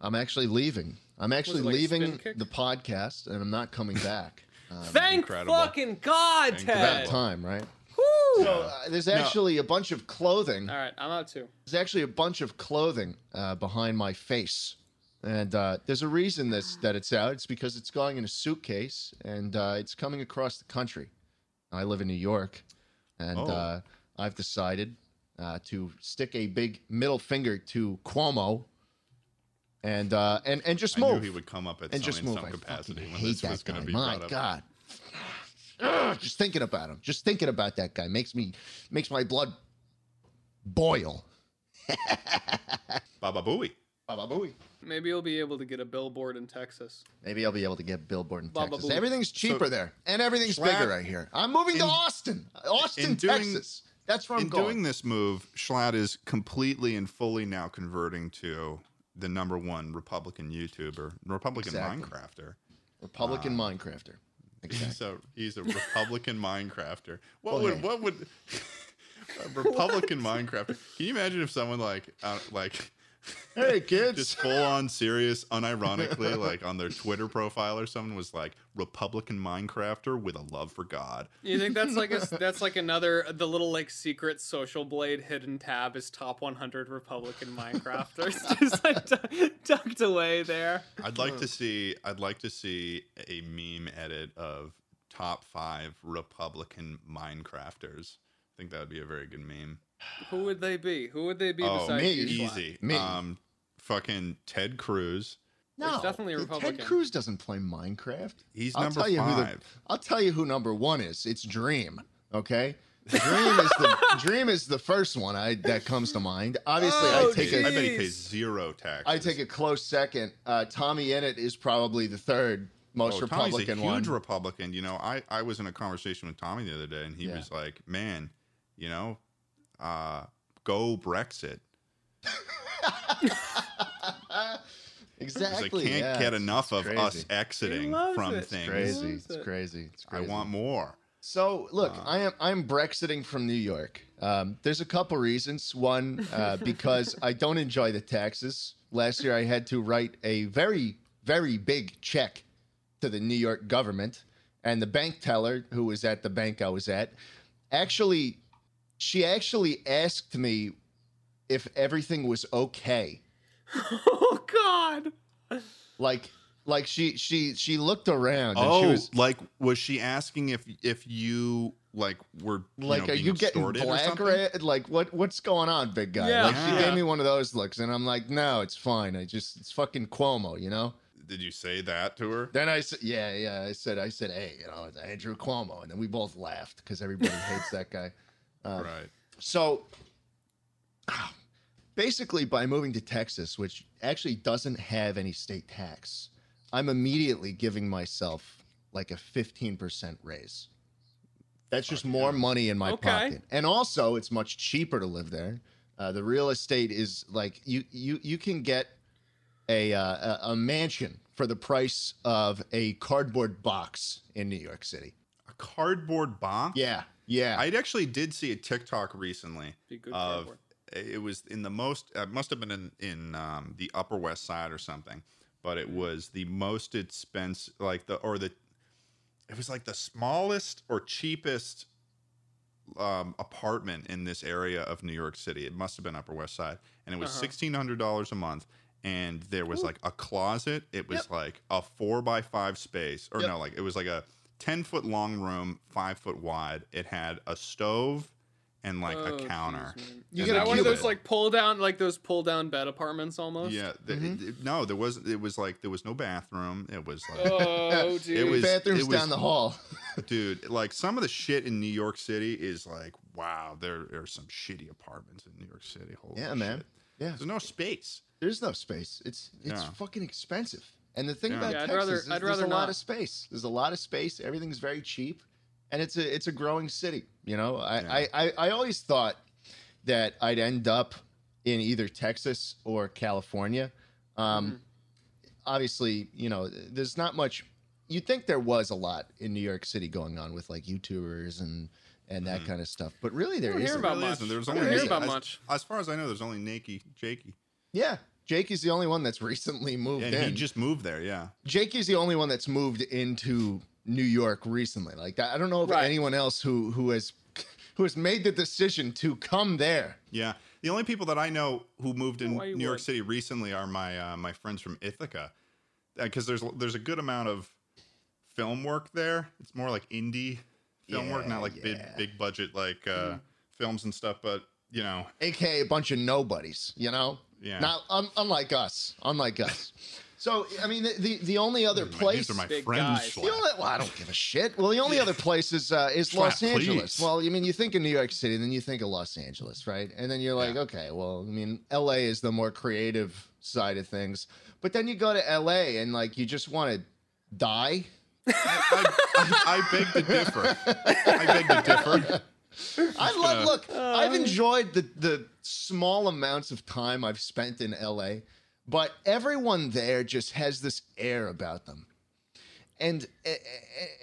A: I'm actually leaving. I'm actually
C: like a
A: leaving
C: spin kick?
A: the podcast, and I'm not coming back. Um,
C: Thank
B: Incredible.
C: fucking God,
B: Thank
A: about
C: Ted.
B: God.
A: time, right?
C: Woo!
A: So, uh, there's actually a bunch of clothing.
C: All right, I'm out too.
A: There's actually a bunch of clothing uh, behind my face, and uh, there's a reason this that it's out. It's because it's going in a suitcase, and uh, it's coming across the country. I live in New York, and
B: Oh.
A: uh, I've decided uh, to stick a big middle finger to Cuomo, and uh, and and just
B: I
A: move
B: knew he would come up at
A: and
B: some,
A: just
B: in
A: move.
B: some
A: I
B: capacity
A: fucking
B: when
A: hate
B: this
A: that
B: was
A: guy.
B: going to be
A: My
B: brought up.
A: God. Ugh, just thinking about him. Just thinking about that guy makes me makes my blood boil.
B: Baba Booey.
A: Baba Booey.
C: Maybe you'll be able to get a billboard in Texas.
A: Maybe I'll be able to get billboard in
C: Baba
A: Texas.
C: Booey.
A: Everything's cheaper there, and everything's
B: Schlatt-
A: bigger. I hear. I'm moving to
B: in-
A: Austin, Austin,
B: in doing-
A: Texas. That's where I'm
B: in
A: going.
B: doing this move, Schlatt is completely and fully now converting to the number one Republican YouTuber, Republican
A: Exactly.
B: Minecrafter.
A: Republican
B: Ah.
A: Minecrafter. Exactly.
B: He's a he's a Republican Minecrafter. What
A: Well,
B: would
A: hey.
B: what would a Republican Minecrafter? Can you imagine if someone like uh, like
A: hey kids.
B: just full on serious, unironically, like on their Twitter profile or someone was like Republican Minecrafter with a love for God.
C: You think that's like a, that's like another the little like secret social blade hidden tab is top 100 Republican Minecrafters just like tu- tucked away there.
B: I'd like to see I'd like to see a meme edit of top five Republican Minecrafters. I think that would be a very good meme.
C: Who would they be? Who would they be
B: Oh,
C: besides
A: me,
C: you, Schlatt?
B: Easy.
A: Me.
B: Um fucking Ted Cruz.
A: no,
C: definitely a Republican.
A: Ted Cruz doesn't play Minecraft.
B: He's
A: I'll
B: number
A: tell you who the-
B: five.
A: I'll tell you who number one is. It's Dream. Okay. Dream is the Dream is the first one I that comes to mind. Obviously,
C: Oh,
A: I take
B: I
A: a
B: bet he
C: Jeez.
B: pays zero tax.
A: I take a close second. Uh, Tommy Innit is probably the third most
B: Oh, Tommy's
A: Republican
B: a huge
A: one.
B: Republican. You know, I, I was in a conversation with Tommy the other day, and he
A: Yeah.
B: was like, "Man, you know, uh, go Brexit." He's like,
A: exactly.
B: "Can't
A: yeah.
B: get enough of
A: crazy.
B: us exiting
C: loves
B: from
C: it. It's
B: things.
A: Crazy.
C: Who
A: It's
C: is it?
A: crazy. It's
B: I
A: crazy.
B: want more."
A: So look, I am I'm Brexiting from New York. Um, there's a couple reasons. One, uh, because I don't enjoy the taxes. Last year, I had to write a very very big check to the New York government, and the bank teller who was at the bank I was at actually she actually asked me if everything was okay
C: Oh god.
A: like like she she she looked around and she
B: Oh,
A: was
B: like was she asking if if you like were you
A: like
B: know,
A: are
B: being
A: you getting
B: extorted or
A: black
B: something?
A: red like what what's going on big guy
C: Yeah.
A: like she
B: Yeah.
A: gave me one of those looks and i'm like no it's fine i just it's fucking cuomo you know
B: Did you say that to her?
A: then i said yeah yeah i said i said hey you know it's andrew cuomo and then we both laughed because everybody hates that guy
B: right.
A: so basically by moving to Texas, which actually doesn't have any state tax, I'm immediately giving myself like a 15% raise. That's just more money in my
C: Okay.
A: pocket. And also, it's much cheaper to live there. Uh, the real estate is like you you you can get a uh, a a mansion for the price of a cardboard box in New York City.
B: A cardboard box?
A: Yeah. Yeah.
B: I actually did see a TikTok recently.
C: Be good
B: of
C: cardboard.
B: it was in the most uh, must have been in in um, the Upper West Side or something, but it was the most expensive, like the or the it was like the smallest or cheapest um, apartment in this area of New York City. It must have been Upper West Side, and it was
C: Uh-huh.
B: hundred dollars a month. And there was
A: Ooh.
B: like a closet. It was like a four by five space, or
A: Yep.
B: no, like it was like a ten foot long room, five foot wide. It had a stove and like
C: Oh,
B: a
C: jeez,
B: counter.
A: You
C: man.
B: And
C: Is
A: get a
B: then
C: that one of
B: you
A: cubit.
C: those like pull down, like those pull down bed apartments almost? Mm-hmm.
B: Yeah. th- it- no, there wasn't. It was like there was no bathroom. It was like,
C: Oh, dude.
B: was-
A: bathrooms
B: it was-
A: down the hall.
B: dude, like some of the shit in New York City is like, wow, there are some shitty apartments in New York City. Holy
A: Yeah, man.
B: shit.
A: Yeah.
B: There's no space.
A: There's no space. It's it's
B: Yeah.
A: fucking expensive. And the thing
B: Yeah.
A: about
C: Yeah, I'd
A: Texas
C: rather-
A: is
C: I'd
A: there's a
C: rather
A: lot
C: not.
A: of space. There's a lot of space. Everything's very cheap, and it's a it's a growing city. You know, I
B: Yeah.
A: I, I, I always thought that I'd end up in either Texas or California. Um,
C: Mm-hmm.
A: Obviously, you know, there's not much. You'd think there was a lot in New York City going on with like YouTubers and and
B: Mm-hmm.
A: that kind of stuff, but really there
C: don't hear
A: isn't.
C: about
B: Really
C: much.
B: isn't. There's
C: I
B: only
C: don't hear
A: Nakey.
C: about
B: as,
C: much.
B: As far as I know, there's only Nakey Jakey,
A: yeah, Jake is the only one that's recently moved
B: and
A: in.
B: he just moved there. Yeah.
A: Jake is the only one that's moved into New York recently. Like I don't know of
C: Right.
A: anyone else who who has who has made the decision to come there.
B: Yeah. The only people that I know who moved in
C: Why
B: New
C: you
B: York
C: would.
B: City recently are my uh, my friends from Ithaca, because there's there's a good amount of film work there. It's more like indie film work,
A: Yeah,
B: not like big
A: yeah.
B: big budget like uh,
C: Hmm.
B: films and stuff. But you know,
A: AKA a bunch of nobodies, you know?
B: Yeah.
A: Not un- unlike us. Unlike us. so I mean the the, the only other
B: these
A: place
B: are my
C: Big
B: friends.
C: guys.
A: the
B: Schlatt.
A: only- well, I don't give a shit. Well, the only other place is uh, is
B: Slap,
A: Los Angeles.
B: please.
A: Well, I mean, you think of New York City, then you think of Los Angeles, right? And then you're like,
B: Yeah.
A: okay, well, I mean, L.A. is the more creative side of things, but then you go to L.A. and like you just want to die.
B: I, I, I beg to differ. I beg to differ.
A: I love.
B: gonna-
A: Look,
C: Uh.
A: I've enjoyed the the small amounts of time I've spent in L.A., but everyone there just has this air about them. And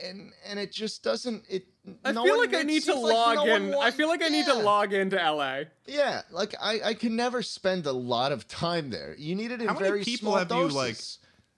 A: and and it just doesn't. It.
C: I
A: no
C: feel
A: one-
C: like I
A: it
C: need to
A: seems like
C: log
A: no one
C: in. I
A: wants-
C: feel like I need to
A: Yeah.
C: log into LA.
A: Yeah, like I, I can never spend a lot of time there. You need it in
B: How many
A: very
B: people
A: small
B: have you,
A: doses.
B: like-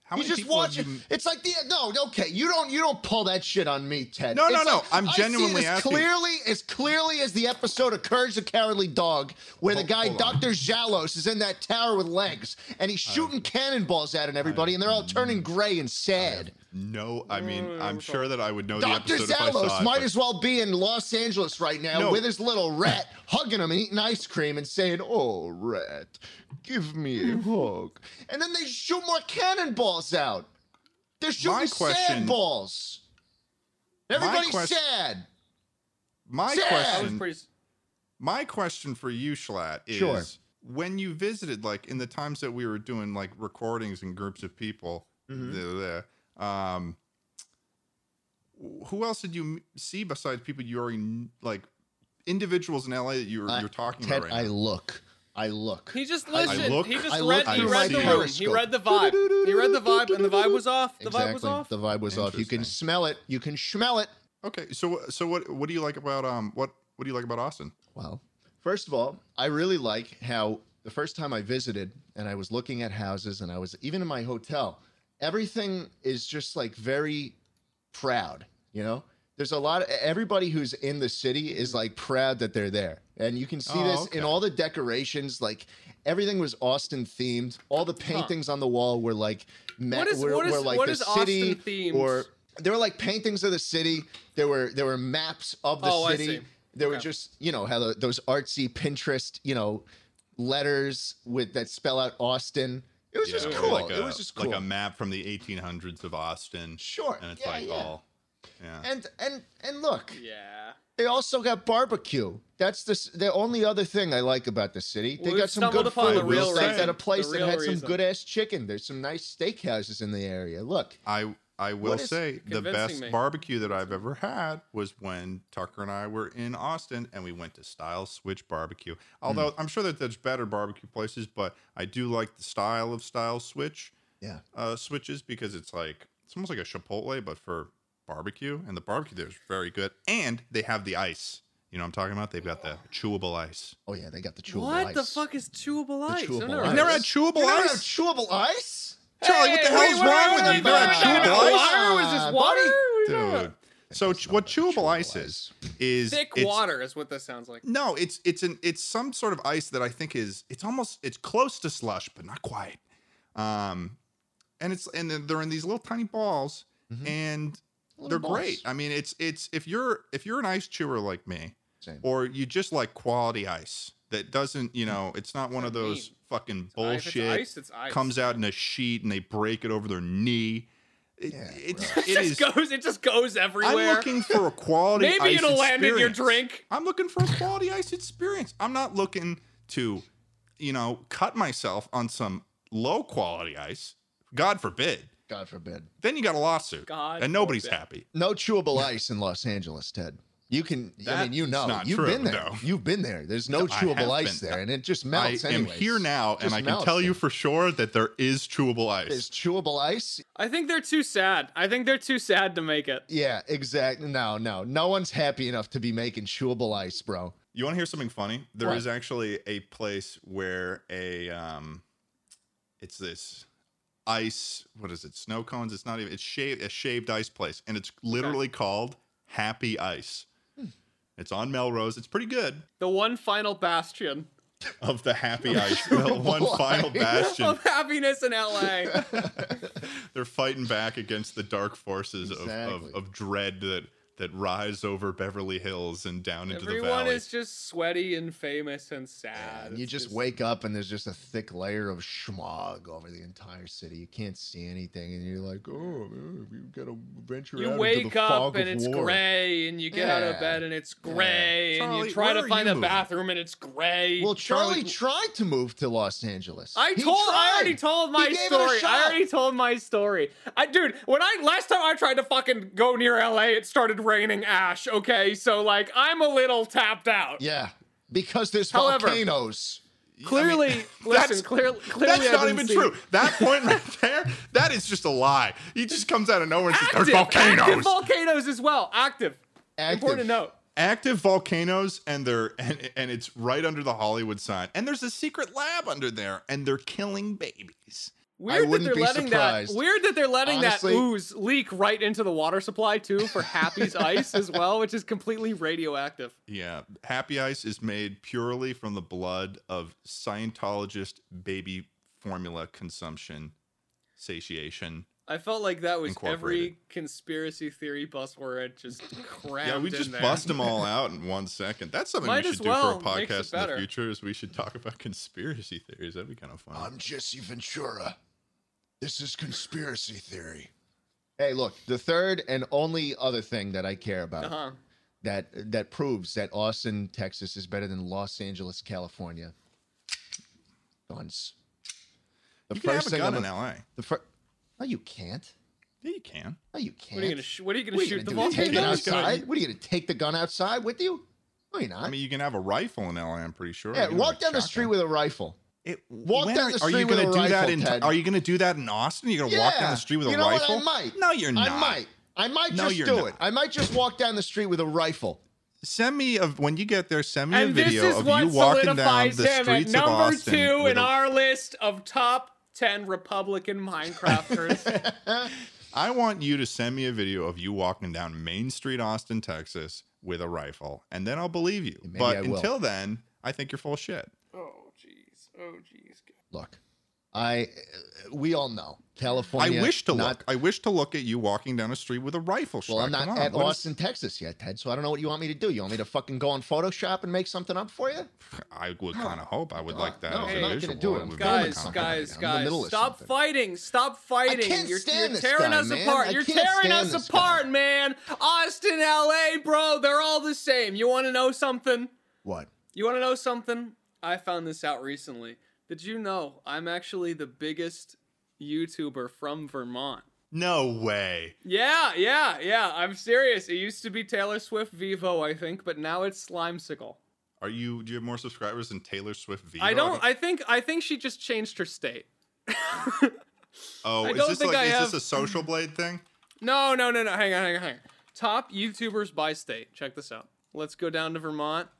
B: How
A: you
B: many
A: just
B: people have
A: watch it.
B: you-
A: It's like the no, okay. You don't you don't pull that shit on me, Ted.
B: No, no,
A: It's
B: no,
A: like-
B: I'm
A: I
B: genuinely
A: see it as
B: asking.
A: clearly as clearly as the episode of Courage the Cowardly Dog, where
B: Hold-
A: the guy
B: Oh, hold on.
A: Doctor Jalos is in that tower with legs and he's shooting cannonballs at everybody, and they're all turning gray and sad.
B: No, I mean,
C: no,
B: I'm
C: we're
B: sure that I would know
A: Dr.
B: the episode if I saw
A: Zalos
B: it,
A: might
B: but-
A: as well be in Los Angeles right now
B: No.
A: with his little rat, hugging him and eating ice cream and saying, Oh, rat, give me a hug. And then they shoot more cannonballs out. They're shooting
B: My question-
A: sad balls. Everybody's
B: quest-
A: sad.
B: My
A: Sad!
C: That was
B: question.
C: pretty. s-
B: My question for you, Schlatt, is
A: Sure.
B: when you visited, like in the times that we were doing like recordings and groups of people,
A: Mm-hmm.
B: the- the, um, who else did you m- see besides people you already kn- like individuals in LA that you were
A: I-
B: you're talking
A: Uh, Ted,
B: about
A: I
B: right now?
A: look. I look.
C: He just
A: I
C: listened.
B: look-
C: he just
A: I
C: read.
A: look
C: He
B: through
C: read the
B: the
C: room. He
A: horoscope.
C: read the vibe. He read the vibe, and the vibe was off. The vibe was
A: exactly.
C: off.
A: The vibe was off. You can
B: Interesting.
A: smell it. You can smell it.
B: Okay, so so what what do you like about um what what do you like about Austin?
A: Well, first of all, I really like how the first time I visited and I was looking at houses and I was even in my hotel, everything is just like very proud, you know? There's a lot of everybody who's in the city is like proud that they're there. And you can see
B: Oh,
A: this
B: okay.
A: in all the decorations. Like everything was Austin themed. All the paintings on the wall were like, me-
C: What is-
A: were,
C: what is-
A: were like
C: what
A: the
C: is
A: city
C: Austin themed?
A: or there were like paintings of the city. There were there were maps of the
C: Oh, I
A: city.
C: see.
A: There were
C: Okay.
A: just you know how the, those artsy Pinterest you know letters with that spell out Austin. It was just
B: Yeah, or
A: cool.
B: like
A: it
B: a-
A: was just cool.
B: Like a map from the 1800s of Austin.
A: Sure,
B: And it's
A: yeah,
B: like
A: yeah.
B: all. Yeah.
A: and and and look,
C: Yeah.
A: They also got barbecue. That's the s- the only other thing I like about the city. They
C: We've
A: got some
C: stumbled
A: good
C: upon
B: the
A: food.
B: real
A: we stopped
B: reason.
A: at a place
C: The
A: that
C: real
A: had some
C: reason.
A: good ass chicken. There's some nice steakhouses in the area. Look,
B: I I will
A: What is
B: say the
C: convincing
B: best
C: me?
B: barbecue that I've ever had was when Tucker and I were in Austin and we went to Style Switch Barbecue. Although
C: Hmm.
B: I'm sure that there's better barbecue places, but I do like the style of Style Switch
A: yeah,
B: uh, switches because it's like it's almost like a Chipotle but for barbecue, and the barbecue there is very good, and they have the ice. You know what I'm talking about? They've got the chewable ice.
A: oh yeah, they got the chewable
C: What
A: ice.
C: the fuck is chewable
A: The
C: ice?
A: chewable
C: I've never
A: ice.
B: I've
C: heard
B: never
C: of
B: had
C: this.
B: chewable
A: You never had
B: ice.
A: chewable ice?
B: Charlie, what the
C: Hey,
B: hell
C: wait,
B: is
C: wait,
B: wrong
C: wait,
B: with you?
C: wait,
B: You've never
C: wait,
B: had
C: wait,
B: chewable
C: wait,
B: ice?
C: Water was just
A: Buddy.
C: water. What are you talking
B: dude.
C: about?
B: So ch- what chewable ice is is
C: Thick
B: it's-
C: water is what that sounds like.
B: No, it's it's an it's some sort of ice that I think is it's almost it's close to slush but not quite. Um, and it's and then they're in these little tiny balls
A: Mhm.
B: and they're great. I mean, it's it's if you're if you're an ice chewer like me
A: Same.
B: or you just like quality ice that doesn't you know it's not one
C: that
B: of those
C: mean?
B: fucking
C: If it's
B: bullshit
C: ice, it's ice.
B: comes out in a sheet and they break it over their knee. It,
A: Yeah,
B: it's
C: It
B: it
C: just
B: is.
C: goes. It just goes
B: I'm
C: everywhere.
B: looking for a quality.
C: Maybe
B: ice
C: it'll land in your
B: experience.
C: drink.
B: I'm looking for a quality ice experience. I'm not looking to, you know, cut myself on some low quality ice. God forbid.
A: God forbid.
B: Then you got a lawsuit,
C: God
B: and nobody's
C: forbid.
B: happy.
A: No chewable ice in Los Angeles, Ted. You can. I mean, you
B: That's
A: know,
B: not
A: you've
B: true,
A: been there.
B: no.
A: You've been there. There's no,
B: No, I have
A: chewable ice
B: been.
A: there, and it just
B: I
A: melts.
B: am
A: anyways.
B: here now, and
A: Just
B: I can
A: melts
B: tell you
A: them.
B: for sure that there is chewable ice.
A: Is chewable ice?
C: I think they're too sad. I think they're too sad to make it.
A: Yeah, exactly. No, no, no one's happy enough to be making chewable ice, bro.
B: You want to hear something funny? There is
A: What?
B: actually a place where a um, it's this ice. What is it? Snow cones? It's not even. It's shaved a shaved ice place, and it's literally called Happy Ice.
C: Hmm.
B: It's on Melrose. It's pretty good.
C: The one final bastion
B: Of the Happy Ice, the one final bastion.
C: of happiness in LA.
B: They're fighting back against the dark forces
A: Exactly.
B: of, of of dread that that rise over Beverly Hills and down into the
C: Everyone
B: valley.
C: is just sweaty and famous and sad.
A: And you
C: It's
A: just wake up and there's just a thick layer of smog over the entire city. You can't see anything, and you're like, oh, we gotta venture
C: You
A: out into
C: wake
A: the
C: up
A: fog
C: and
A: of
C: it's
A: war.
C: gray, and you get out
A: Yeah.
C: of bed and it's gray, and
B: Charlie,
C: you try
B: where
C: to
B: are
C: find
B: you
C: a
B: moving?
C: bathroom and it's gray.
A: Well, Charlie,
B: Charlie-
A: tried to move to Los Angeles.
C: I
A: He
C: told. I already
A: tried.
C: told my
A: gave it a
C: story.
A: shot.
C: I already told my story. I, dude, when I last time I tried to fucking go near LA, it started raining ash. Okay, so like I'm a little tapped out.
A: Yeah, because there's
C: However-
A: volcanoes.
C: Clearly,
B: that's-
C: listen. Clearly, clearly, I
B: That's not
C: didn't
B: even
C: see-
B: true. That point right there, that is just a lie. He just comes out of nowhere and says,
C: Active,
B: "There's volcanoes."
C: active volcanoes as well. Active.
A: Active.
C: Important to note.
B: Active volcanoes, and they're and, and it's right under the Hollywood sign. And there's a secret lab under there, and they're killing babies.
C: Weird that
A: wouldn't
C: they're
A: be
C: letting
A: surprised.
C: that. Weird that they're letting
A: Honestly-
C: that ooze leak right into the water supply too for Happy's ice as well, which is completely radioactive.
B: Yeah, Happy Ice is made purely from the blood of Scientologist baby formula consumption, satiation.
C: I felt like that was
B: Incorporated.
C: every conspiracy theory buzzword just crammed
B: yeah, we
C: in
B: just
C: there.
B: bust them all out in one second. That's something
C: Might
B: we
C: as
B: should
C: well.
B: do for a
C: Makes it
B: podcast in the
C: better.
B: future. Is we should talk about conspiracy theories. That'd be kind of fun.
A: I'm Jesse Ventura. This is conspiracy theory. Hey, look, the third and only other thing that I care about
C: Uh-huh.
A: that that proves that Austin, Texas is better than Los Angeles, California. Guns. The
B: you can have a gun
A: I'm-
B: in LA.
A: the fir- No, you can't.
B: Yeah, you can.
A: No, you can't.
C: What are you gonna? Sh- what are you gonna
A: What are you
C: shoot the
A: gonna do? Take it
C: volcano?
B: volcanoes?
A: outside? What are you gonna take the gun outside with you? No, you're not.
B: I mean, you can have a rifle in LA. I'm pretty sure.
A: yeah, walk down the street with a rifle.
B: It,
A: walk down the
B: are you
A: street with
B: gonna
A: a
B: do that
A: rifle,
B: in?
A: Ted.
B: Are you gonna do that in Austin? You're gonna walk down
A: Yeah.
B: the street with
A: You
B: a
A: know what?
B: rifle?
A: I might.
B: No, you're not.
A: I might. I might
B: No,
A: just
B: you're
A: do
B: not.
A: it. I might just walk down the street with a rifle.
B: Send me of when you get there. Send me a
C: And this
B: video
C: is
B: of
C: what
B: you walking down
C: solidifies
B: the
C: him at
B: streets of
C: number
B: Austin.
C: two
B: with
C: in
B: a-
C: our list of top ten Republican Minecrafters.
B: I want you to send me a video of you walking down Main Street, Austin, Texas, with a rifle, and then I'll believe you.
A: Maybe
B: but
A: I will.
B: until then, I think you're full of shit.
C: oh jeez. Oh jeez.
A: Look, I we all know
B: I
A: California.
B: wish to
A: not,
B: look. I wish to look at you walking down a street with a rifle.
A: Well, I'm
B: Shrek.
A: not
B: Come on,
A: at
B: what is-
A: Austin, Texas yet, Ted. So I don't know what you want me to do. You want me to fucking go on Photoshop and make something up for you?
B: I would kind of hope. I would
A: No,
B: like that.
A: no, I'm
B: as a
A: not gonna
B: visual.
A: do it.
B: It
A: I'm
B: would be
A: filming
C: Guys,
A: something right
B: comical.
C: guys,
A: now. I'm in the
C: guys,
A: middle of
C: stop
A: something.
C: fighting. Stop fighting.
A: can't
C: you're,
A: stand
C: you're
A: this
C: tearing
A: guy,
C: us
A: man.
C: apart.
A: I
C: you're
A: can't
C: tearing
A: stand
C: us
A: this
C: apart,
A: guy.
C: man. Austin, LA, bro, they're all the same. You want to know something?
A: What?
C: You want to know something? I found this out recently. Did you know I'm actually the biggest YouTuber from Vermont?
B: No way.
C: Yeah, yeah, yeah. I'm serious. It used to be Taylor Swift Vivo, I think, but now it's Slimesicle.
B: Are you? Do you have more subscribers than Taylor Swift? Vivo?
C: I don't. I think. I think she just changed her state.
B: oh,
C: I
B: is
C: don't
B: this
C: think
B: like?
C: I
B: is
C: have-
B: this a social blade thing?
C: No, no, no, no. Hang on, hang on, hang on. Top YouTubers by state. Check this out. Let's go down to Vermont.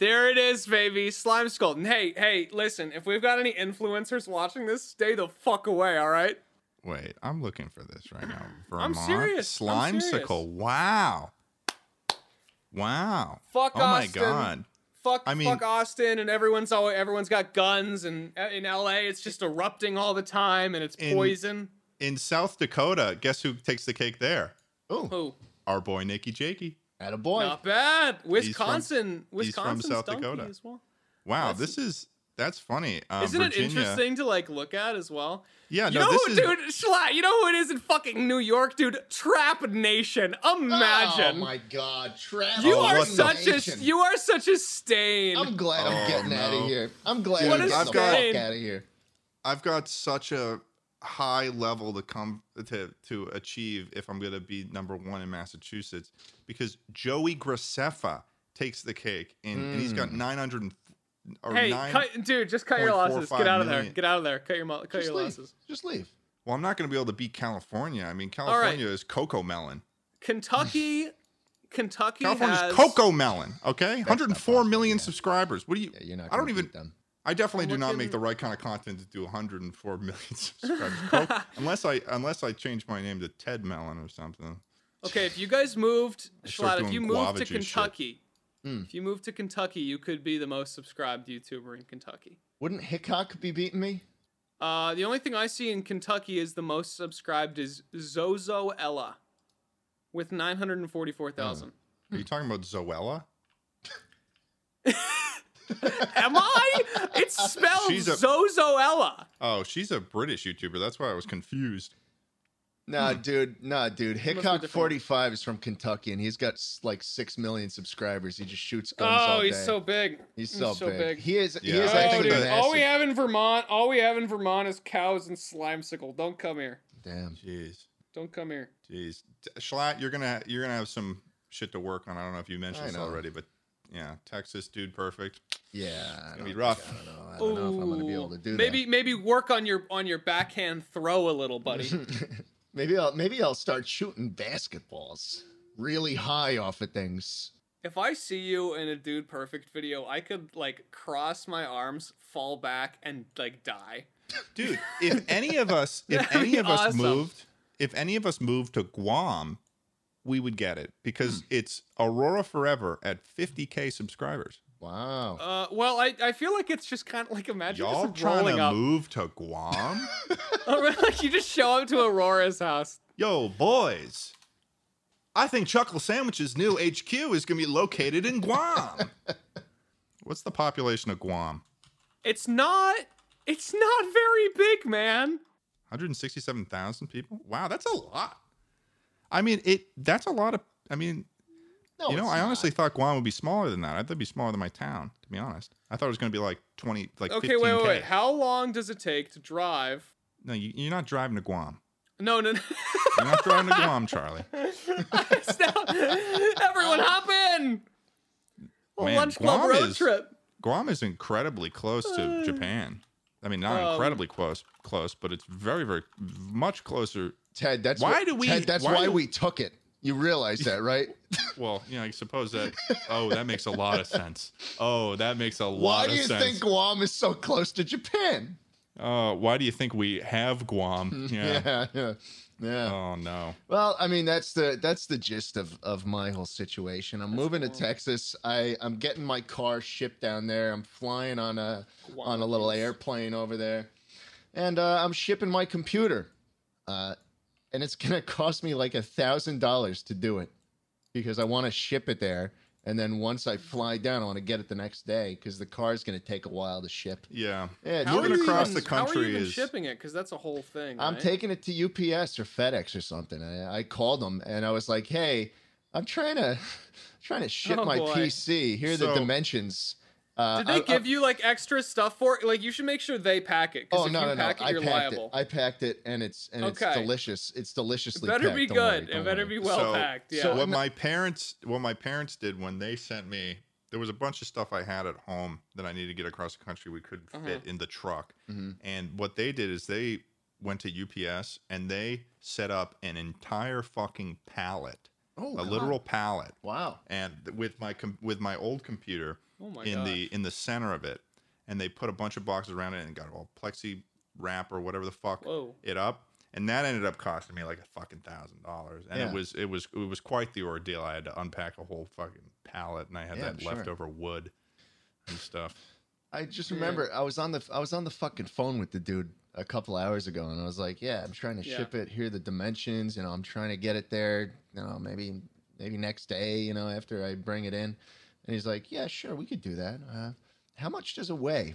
C: There it is, baby. Slime Skull. And hey, hey, listen, if we've got any influencers watching this, stay the fuck away, all right?
B: Wait, I'm looking for this right now.
C: I'm
B: Vermont
C: serious, I'm serious.
B: Slimesicle. Wow. Wow.
C: Fuck
B: Oh my
C: Austin.
B: god.
C: Fuck,
B: I mean-
C: fuck Austin, and everyone's always, everyone's got guns, and uh, in LA, it's just erupting all the time, and it's
B: In-
C: poison.
B: In South Dakota, guess who takes the cake there?
A: Oh,
C: Oh,
B: Our boy Nikki Jakey.
A: at a boy.
C: not bad. Wisconsin,
B: he's from
C: Wisconsin's
B: South
C: donkey
B: Dakota.
C: as well.
B: Wow,
C: That's-
B: this is that's funny. Um,
C: Isn't
B: Virginia,
C: it interesting to like look at as well?
B: Yeah,
C: You
B: no,
C: know
B: this
C: who,
B: is
C: dude, Schlatt, you know who it is in fucking New York, dude? Trap Nation.
A: Oh
C: Imagine.
A: my God, Travis.
C: you
B: Oh,
C: are
B: what the-
C: such a
A: Nation.
C: you are such a stain.
A: I'm glad
B: Oh,
A: I'm getting out
B: no.
A: of here. I'm glad
B: Dude,
A: I'm
B: I've
A: getting the
B: got-
A: fuck out of here.
B: I've got such a high level to come to to achieve if I'm gonna be number one in Massachusetts because Joey Graceffa takes the cake and, and he's
A: Hmm.
B: got 900 and f- or
C: hey,
B: nine.
C: cut, dude, just cut your
B: point four
C: losses.
B: five
C: Get out of there.
B: million.
C: Get out of there. Cut your mo- cut
A: Just
C: your
A: leave.
C: losses.
A: Just leave.
B: Well, I'm not gonna be able to beat California. I mean,
C: right.
B: California is cocoa melon.
C: Kentucky, Kentucky
B: California's
C: has
B: cocoa melon. Okay, 104
A: possible,
B: million
A: yeah.
B: subscribers. What do you?
A: Yeah, you're not.
B: I don't
A: gonna
B: even.
A: beat them.
B: I definitely
C: I'm
B: do not
C: looking-
B: make the right kind of content to do 104 million subscribers. Coke- unless I unless I change my name to Ted Mellon or something.
C: Okay, if you guys moved,
B: start
C: Schlatt, if
B: doing
C: you moved
B: guava
C: to
B: juice shit.
C: Kentucky,
A: Mm.
C: if you moved to Kentucky, you could be the most subscribed YouTuber in Kentucky.
A: Wouldn't Hickok be beating me?
C: Uh, the only thing I see in Kentucky is the most subscribed is Zozo Ella with 944,000.
A: Hmm.
B: Are you talking about Zoella?
C: Am I? It's spelled
B: She's a-
C: Zozo Ella.
B: Oh, she's a British YouTuber. That's why I was confused.
A: Nah,
B: Hmm.
A: dude. Nah, dude.
C: be
A: Hickok
C: different.
A: forty five is from Kentucky, and he's got s- like six million subscribers. He just shoots guns all
C: Oh,
A: day.
C: he's so big.
A: he's so,
C: so
A: big.
C: big.
A: He is. He
B: Yeah.
A: is.
B: Oh,
A: I think
B: dude,
A: the
C: all we
A: massive-
C: have in Vermont, all we have in Vermont is cows and slimesicle. Don't come here.
A: Damn.
B: Jeez,
C: Don't come here.
B: jeez. T- Schlatt, you're gonna you're gonna have some shit to work on. I don't know if you mentioned
A: I
B: this
A: know.
B: already, but yeah, Texas dude, perfect.
A: Yeah. I
B: gonna be
A: don't-
B: rough.
A: I don't know. I don't know if I'm gonna be able to do
C: maybe maybe work on your on your backhand throw a little, buddy.
A: that. maybe I'll maybe I'll start shooting basketballs really high off of things.
C: If I see you in a dude perfect video, I could like cross my arms, fall back, and like die.
B: Dude, if any of us if
C: That'd
B: any
C: be
B: of us
C: awesome.
B: moved if any of us moved to Guam, we would get it
C: Hmm.
B: because it's Aurora Forever at 50k subscribers.
A: Wow.
C: Uh, well, I, I feel like it's just kind of like imagine
B: Y'all
C: just
B: trying
C: rolling
B: to
C: up.
B: move to Guam?
C: like you just show up to Aurora's house.
B: Yo, boys. I think Chuckle Sandwich's new HQ is going to be located in Guam. What's the population of Guam?
C: It's not. It's not very big, man.
B: 167,000 people? Wow, that's a lot. I mean, it that's a lot of I mean,
A: no,
B: you know,
A: it's
B: I
A: not.
B: honestly thought Guam would be smaller than that. I thought it'd be smaller than my town, to be honest. I thought it was going to be like 20 like
C: Okay,
B: 15K.
C: wait, wait, wait. How long does it take to drive?
B: No, you, you're not driving to Guam.
C: No, no. no.
B: You're not driving to Guam, Charlie.
C: It's not- Everyone, hop in. Well,
B: Man,
C: lunch club
B: Guam
C: road
B: is-
C: trip.
B: Guam is incredibly close to Japan. I mean, not
C: Uh. Um,
B: incredibly close, close, but it's very, very much closer.
A: Ted, that's
B: Why
A: what-
B: do we-
A: Ted, that's
B: why
A: why,
B: do-
A: we took it. You realize that, right?
B: Well, you know, I suppose that. Oh, that makes a lot of sense. Oh, that makes a lot
A: why
B: of
A: do you
B: sense.
A: think Guam is so close to Japan?
B: oh, why do you think we have Guam? Yeah.
A: Yeah, yeah, yeah.
B: Oh no.
A: Well, I mean, that's the that's the gist of of my whole situation. I'm moving to
C: cool.
A: Texas. I I'm getting my car shipped down there. I'm flying on a on a little airplane over there. and uh, I'm shipping my computer, uh, and it's gonna cost me like a thousand dollars to do it because I want to ship it there, and then once I fly down, I want to get it the next day because the car's gonna take a while to ship.
B: Yeah.
A: Yeah, it's
B: How
A: gonna
B: are you
A: cost-
B: across the
C: How are
B: country
C: you even
B: is-
C: shipping it? Because that's a whole thing.
A: I'm
C: right?
A: taking it to UPS or FedEx or something. I, I called them and I was like, "Hey, I'm trying to trying to ship
C: Oh,
A: my
C: boy.
A: PC. Here are the
B: So-
A: dimensions." Uh,
C: Did they
A: I- I-
C: give you like extra stuff for it? Like you should make sure they pack it. Because
A: Oh
C: if
A: no
C: you
A: no no!
C: pack it,
A: I
C: you're
A: packed
C: liable.
A: it. I packed it, and it's and
C: Okay.
A: it's delicious. It's
C: it
A: deliciously.
C: better
A: packed.
C: be
A: Don't worry,
C: good.
A: don't
C: it better
A: worry.
C: be well
B: so,
C: packed. Yeah.
B: So what
A: No-
B: my parents what my parents did when they sent me there was a bunch of stuff I had at home that I needed to get across the country we couldn't
C: Uh-huh.
B: fit in the truck.
A: Mm-hmm.
B: And what they did is they went to UPS and they set up an entire fucking pallet.
A: Oh,
B: a
A: God.
B: literal pallet.
A: Wow.
B: And th- with my com- with my old computer
C: oh my
B: in
C: god.
B: the in the center of it and they put a bunch of boxes around it and got all plexi wrap or whatever the fuck
C: Whoa.
B: it up and that ended up costing me like a fucking thousand dollars and
A: Yeah.
B: it was it was it was quite the ordeal i had to unpack a whole fucking pallet and i had
A: Yeah, I'm
B: that
A: sure.
B: leftover wood and stuff
A: I just
C: Yeah.
A: remember I was on the I was on the fucking phone with the dude a couple hours ago, and I was like, "Yeah, I'm trying to
C: Yeah.
A: ship it. Here are the dimensions. You know, I'm trying to get it there. You know, maybe maybe next day. You know, after I bring it in." And he's like, "Yeah, sure, we could do that. Uh, how much does it weigh?"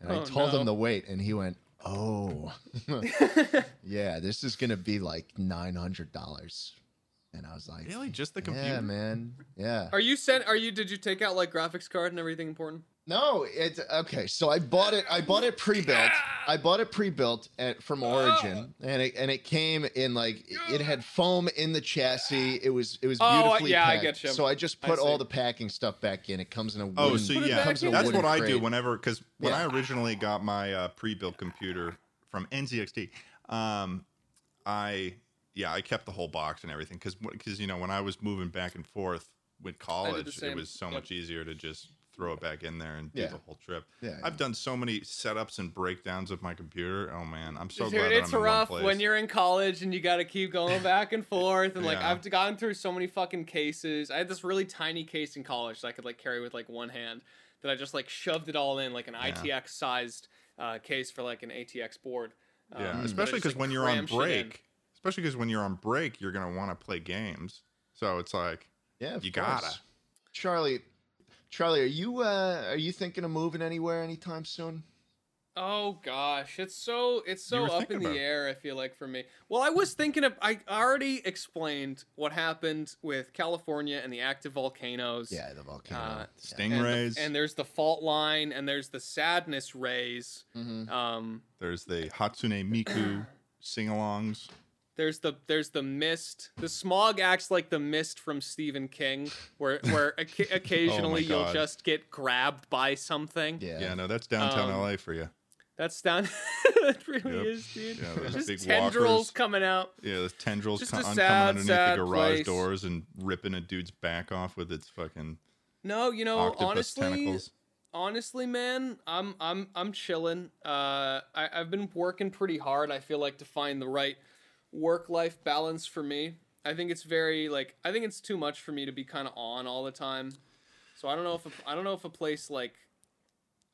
A: And
C: Oh,
A: I told
C: no.
A: him the weight, and he went, "Oh, yeah, this is gonna be like nine hundred dollars." And I was like,
B: really just the computer
A: "Yeah, man, yeah."
C: Are you sent? Are you? Did you take out like graphics card and everything important?
A: No, it's okay. So I bought it. I bought it pre-built. I bought it pre-built at,
C: Oh!
A: from Origin, and it and it came in like it had foam in the chassis. It was it was
C: Oh, I-
A: beautifully
C: yeah, I
A: packed.
C: get you.
A: So I just
C: I
A: put all
C: see.
A: the packing stuff back in. It comes in a wooden,
B: Oh, so
C: Put it
B: yeah,
C: back
B: that's
C: in.
B: what
A: Wooden
B: I do
A: crate.
B: whenever because when
A: Yeah.
B: I originally got my uh, pre-built computer from NZXT, um, I yeah I kept the whole box and everything because because you know when I was moving back and forth with college, it
C: same.
B: was so
C: Yep.
B: much easier to just throw it back in there and
A: Yeah.
B: do the whole trip.
A: Yeah,
B: I've done so many setups and breakdowns of my computer. Oh man, I'm so glad
C: Dude,
B: that
C: it's
B: I'm in one
C: rough
B: place.
C: when you're in college and you got to keep going back and forth. And like
B: Yeah.
C: I've gotten through so many fucking cases. I had this really tiny case in college that I could like carry with like one hand that I just like shoved it all in like an
B: Yeah.
C: ITX sized uh, case for like an ATX board. Um,
B: yeah,
C: but I
B: especially
C: just,
B: because
C: like,
B: when you're on
C: crammed shit in.
B: break, especially because when you're on break, you're gonna want to play games. So it's like
A: yeah. of
B: you
A: course.
B: gotta.
A: Charlie. Charlie, are you uh, are you thinking of moving anywhere anytime soon?
C: Oh gosh, it's so it's
B: You
C: so
B: were
C: up
B: thinking
C: in the
B: about it.
C: air. I feel like for me. Well, I was thinking of. I already explained what happened with California and the active volcanoes.
A: Yeah, the volcano.
C: Uh, and, the-
B: stingrays.
C: and there's the fault line, and there's the sadness rays.
A: Mhm.
C: Um,
B: There's the Hatsune Miku sing-alongs.
C: there's the there's the mist. The smog acts like the mist from Stephen King, where where oc- occasionally you'll
B: Oh God.
C: just get grabbed by something.
A: Yeah.
B: Yeah, no, that's downtown
C: Um,
B: LA for you.
C: That's down. it really
B: Yep.
C: is, dude.
B: Yeah, those
C: just
B: big
C: tendrils
B: walkers.
C: coming out.
B: Yeah, those tendrils
C: Just
B: co-
C: a
B: coming
C: sad,
B: underneath
C: sad
B: the garage
C: place.
B: doors and ripping a dude's back off with its fucking
C: No, you know,
B: octopus
C: honestly,
B: tentacles.
C: honestly, man, I'm I'm I'm chilling. Uh, I, I've been working pretty hard. I feel like to find the right work life balance for me. I think it's very like I think it's too much for me to be kind of on all the time. So I don't know if a, I don't know if a place like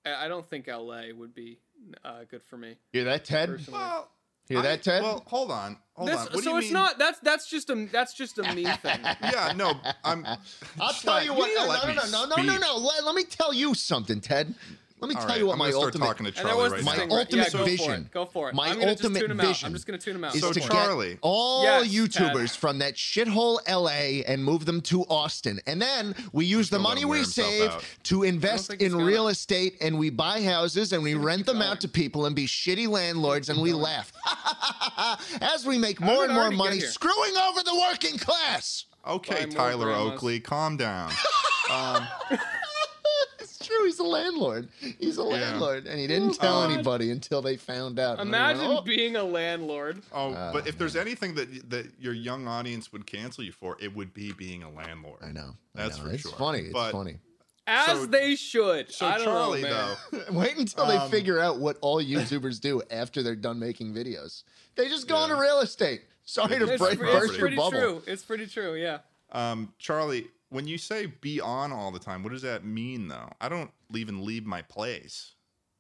C: I, I don't think LA would be uh, good for me
A: Hear that, Ted?
C: personally.
B: Well,
A: Hear that, Ted?
B: Well, hold on, hold
C: That's-
B: on. What do
C: so
B: you
C: it's
B: mean?
C: not that's that's just a that's just a me thing.
B: Yeah, no, I'm.
A: I'll
B: Scott,
A: tell you what.
B: need to let
A: No, no,
B: me
A: no, no, no, no,
B: speak.
A: no. Let, let me tell you something, Ted. Let me
B: All
A: tell
B: right,
A: you what
B: I'm
A: my
B: gonna start
A: ultimate.
B: talking to
C: And there
B: Charlie
C: was
B: right
C: this
A: My
B: now.
C: thing where-
A: ultimate
C: yeah, go For
A: vision-
C: it, go for it.
A: my
C: I'm gonna just
A: ultimate
C: tune 'em out.
A: vision
C: I'm just gonna tune him out.
A: Is
B: So
A: to
B: Charlie-
A: get all
C: Yes,
A: YouTubers
C: Ted.
A: from that shithole LA and move them to Austin, and then we use the
B: gonna let
A: money
B: him wear
A: we
B: himself
A: save
B: out.
A: to invest
C: think he's
A: in
C: gonna.
A: real estate, and we buy houses and we rent them
C: going.
A: out to people and be shitty landlords, and we laugh as we make more
C: did
A: and
C: I
A: more
C: already get
A: money,
C: here?
A: screwing over the working class.
B: Okay,
C: Buy more
B: Tyler
C: grandmas.
B: Oakley, calm down. um,
A: It's true. He's a landlord. He's a landlord, and he didn't tell
B: God.
A: anybody until they found out. And then he went,
C: Imagine
A: "Oh,
C: being a landlord.
B: oh,
A: Uh,
B: but if there's anything that that your young audience would cancel you for, it would be being a landlord.
A: "Oh, I know. I
B: That's
A: know.
B: for
A: it's
B: sure.
A: funny. It's
B: But-
A: funny.
C: As
B: So-
C: they should.
B: So
C: I don't
B: Charlie,
C: know, man.
B: though.
A: Wait until
B: Um,
A: they figure out what all YouTubers do after they're done making videos. They just go into real estate. Sorry to
B: It's
A: break,
B: Right,
C: It's,
B: pretty-
C: pre-
A: burst
B: property.
C: it's
A: your
C: pretty
A: bubble.
C: true. It's pretty true, yeah.
B: Um, Charlie, when you say be on all the time, what does that mean though? I don't even leave my place.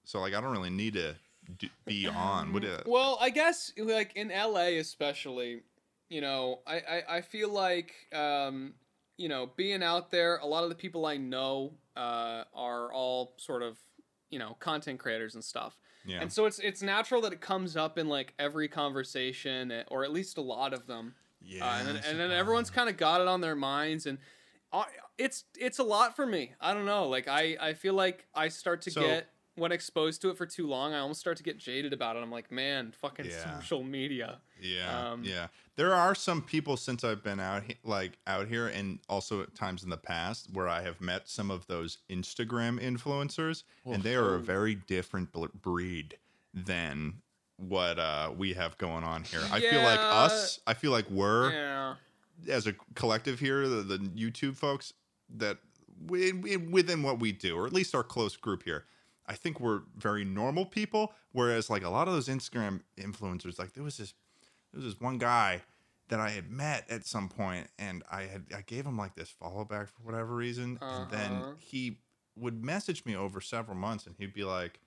B: So like I don't really need to d- be on? What, uh,
C: Well, I guess like in LA especially, you know, I I, I feel like um, you know being out there, a lot of the people I know uh, are all sort of you know content creators and stuff,
B: yeah.
C: and so it's it's natural that it comes up in like every conversation eh, or at least a lot of them.
B: yeah.
C: Uh, and then,
B: that's
C: and
B: a
C: then everyone's
B: problem.
C: kind of got it on their minds and I, it's it's a lot for me i don't know like i i feel like i start to
B: So-
C: get when exposed to it for too long i almost start to get jaded about it i'm like man fucking
B: Yeah.
C: social media
B: Yeah,
C: um,
B: yeah. There are some people since I've been out he- like out here, and also at times in the past where I have met some of those Instagram influencers, and they are a very different bl- breed than what uh, we have going on here. I feel like
C: Yeah.
B: us. I feel like we're
C: yeah
B: as a collective here, the, the YouTube folks that we, we- within what we do, or at least our close group here, I think we're very normal people. Whereas like a lot of those Instagram influencers, like there was this, there was this one guy that I had met at some point, and I had I gave him like this follow back for whatever reason, and
C: Uh-huh.
B: then he would message me over several months, and he'd be like,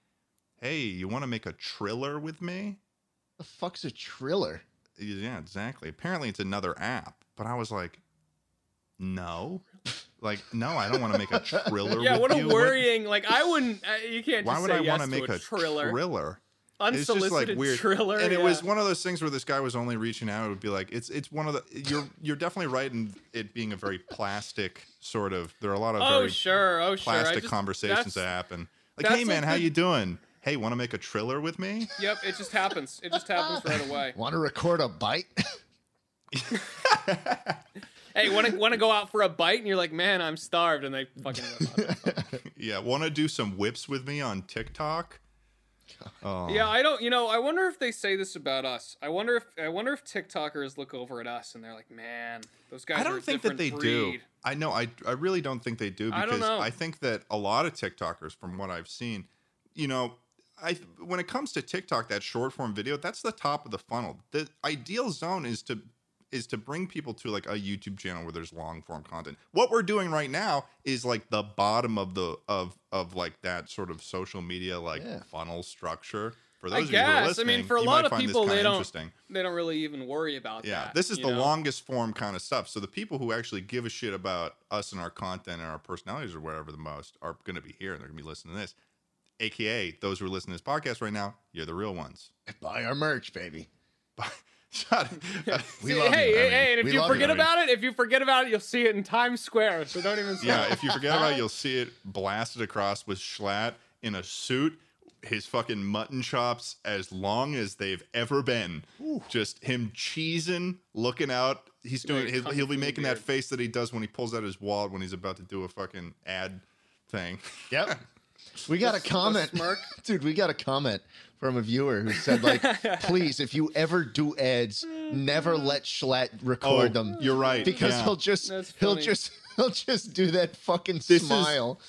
B: "Hey, you want to make a triller with me?"
A: The fuck's a triller?
B: Yeah, exactly. Apparently, it's another app, but I was like, no, like no, I don't want to make a triller.
C: yeah
B: with
C: what a
B: you.
C: worrying like i wouldn't uh, you can't just
B: Why would
C: say
B: I
C: yes
B: want to make a
C: triller
B: triller? It's
C: unsolicited
B: just like weird.
C: triller
B: and it
C: yeah.
B: was one of those things where this guy was only reaching out. It would be like it's it's one of the you're you're definitely right in it being a very plastic sort of. There are a lot of
C: oh
B: very
C: sure oh sure I
B: plastic
C: just-
B: conversations
C: that's-
B: that happen. Like,
C: that's
B: hey man,
C: like
B: how
C: the-
B: you doing? Hey, want to make a triller with me?
C: yep it just happens it just happens right away
A: Want to record a bite?
C: hey want to want to go out for a bite and you're like man i'm starved and they fucking
B: yeah, want to do some whips with me on TikTok? Oh.
C: Yeah, I don't. You know, I wonder if they say this about us. I wonder if I wonder if TikTokers look over at us and they're like, "Man, those guys."
B: I
C: are a
B: don't think that they
C: different
B: do.
C: breed."
B: I know. I I really don't think they do
C: I don't
B: because I,
C: know.
B: think that a lot of TikTokers, from what I've seen, you know, I when it comes to TikTok, that short form video, that's the top of the funnel. The ideal zone is to is to bring people to like a YouTube channel where there's long form content. What we're doing right now is like the bottom of the of of like that sort of social media like
A: Yeah.
B: funnel structure. For
C: I
B: those of you who are
C: guess. I mean,
B: listening,
C: for a
B: you
C: lot
B: might
C: of
B: find this
C: people, they
B: kinda
C: don't-
B: interesting.
C: They don't really even worry about
B: Yeah,
C: that.
B: this is
C: you
B: the
C: know?
B: longest form kind of stuff. So the people who actually give a shit about us and our content and our personalities or whatever the most are going to be here and they're going to be listening to this. AKA those who are listening to this podcast right now, you're the real ones.
A: Buy our merch, baby.
B: Shut it.
A: We
C: See,
A: love
C: hey,
A: you. I
C: hey,
A: mean,
C: hey, and
A: we
C: if you
A: love you,
C: forget
A: I mean.
C: about it, if you forget about it, you'll see it in Times Square. So don't even.
B: yeah, if you forget about it, you'll see it blasted across with Schlatt in a suit, his fucking mutton chops as long as they've ever been. Just him cheesing, looking out. He's doing.
C: Like
B: He'll,
C: Kung
B: he'll be
C: Fu
B: making that
C: beard.
B: face that he does when he pulls out his wallet when he's about to do a fucking ad thing.
A: Yep. We got a
C: The- the
A: comment.
C: smirk.
A: Dude, we got a comment from a viewer who said, like, please, if you ever do ads, never let Schlatt
B: Mm. Oh,
A: record them.
B: you're right.
A: because
B: yeah.
A: he'll just
C: That's
A: he'll
C: funny.
A: just he'll just do that fucking
B: This is-
A: smile.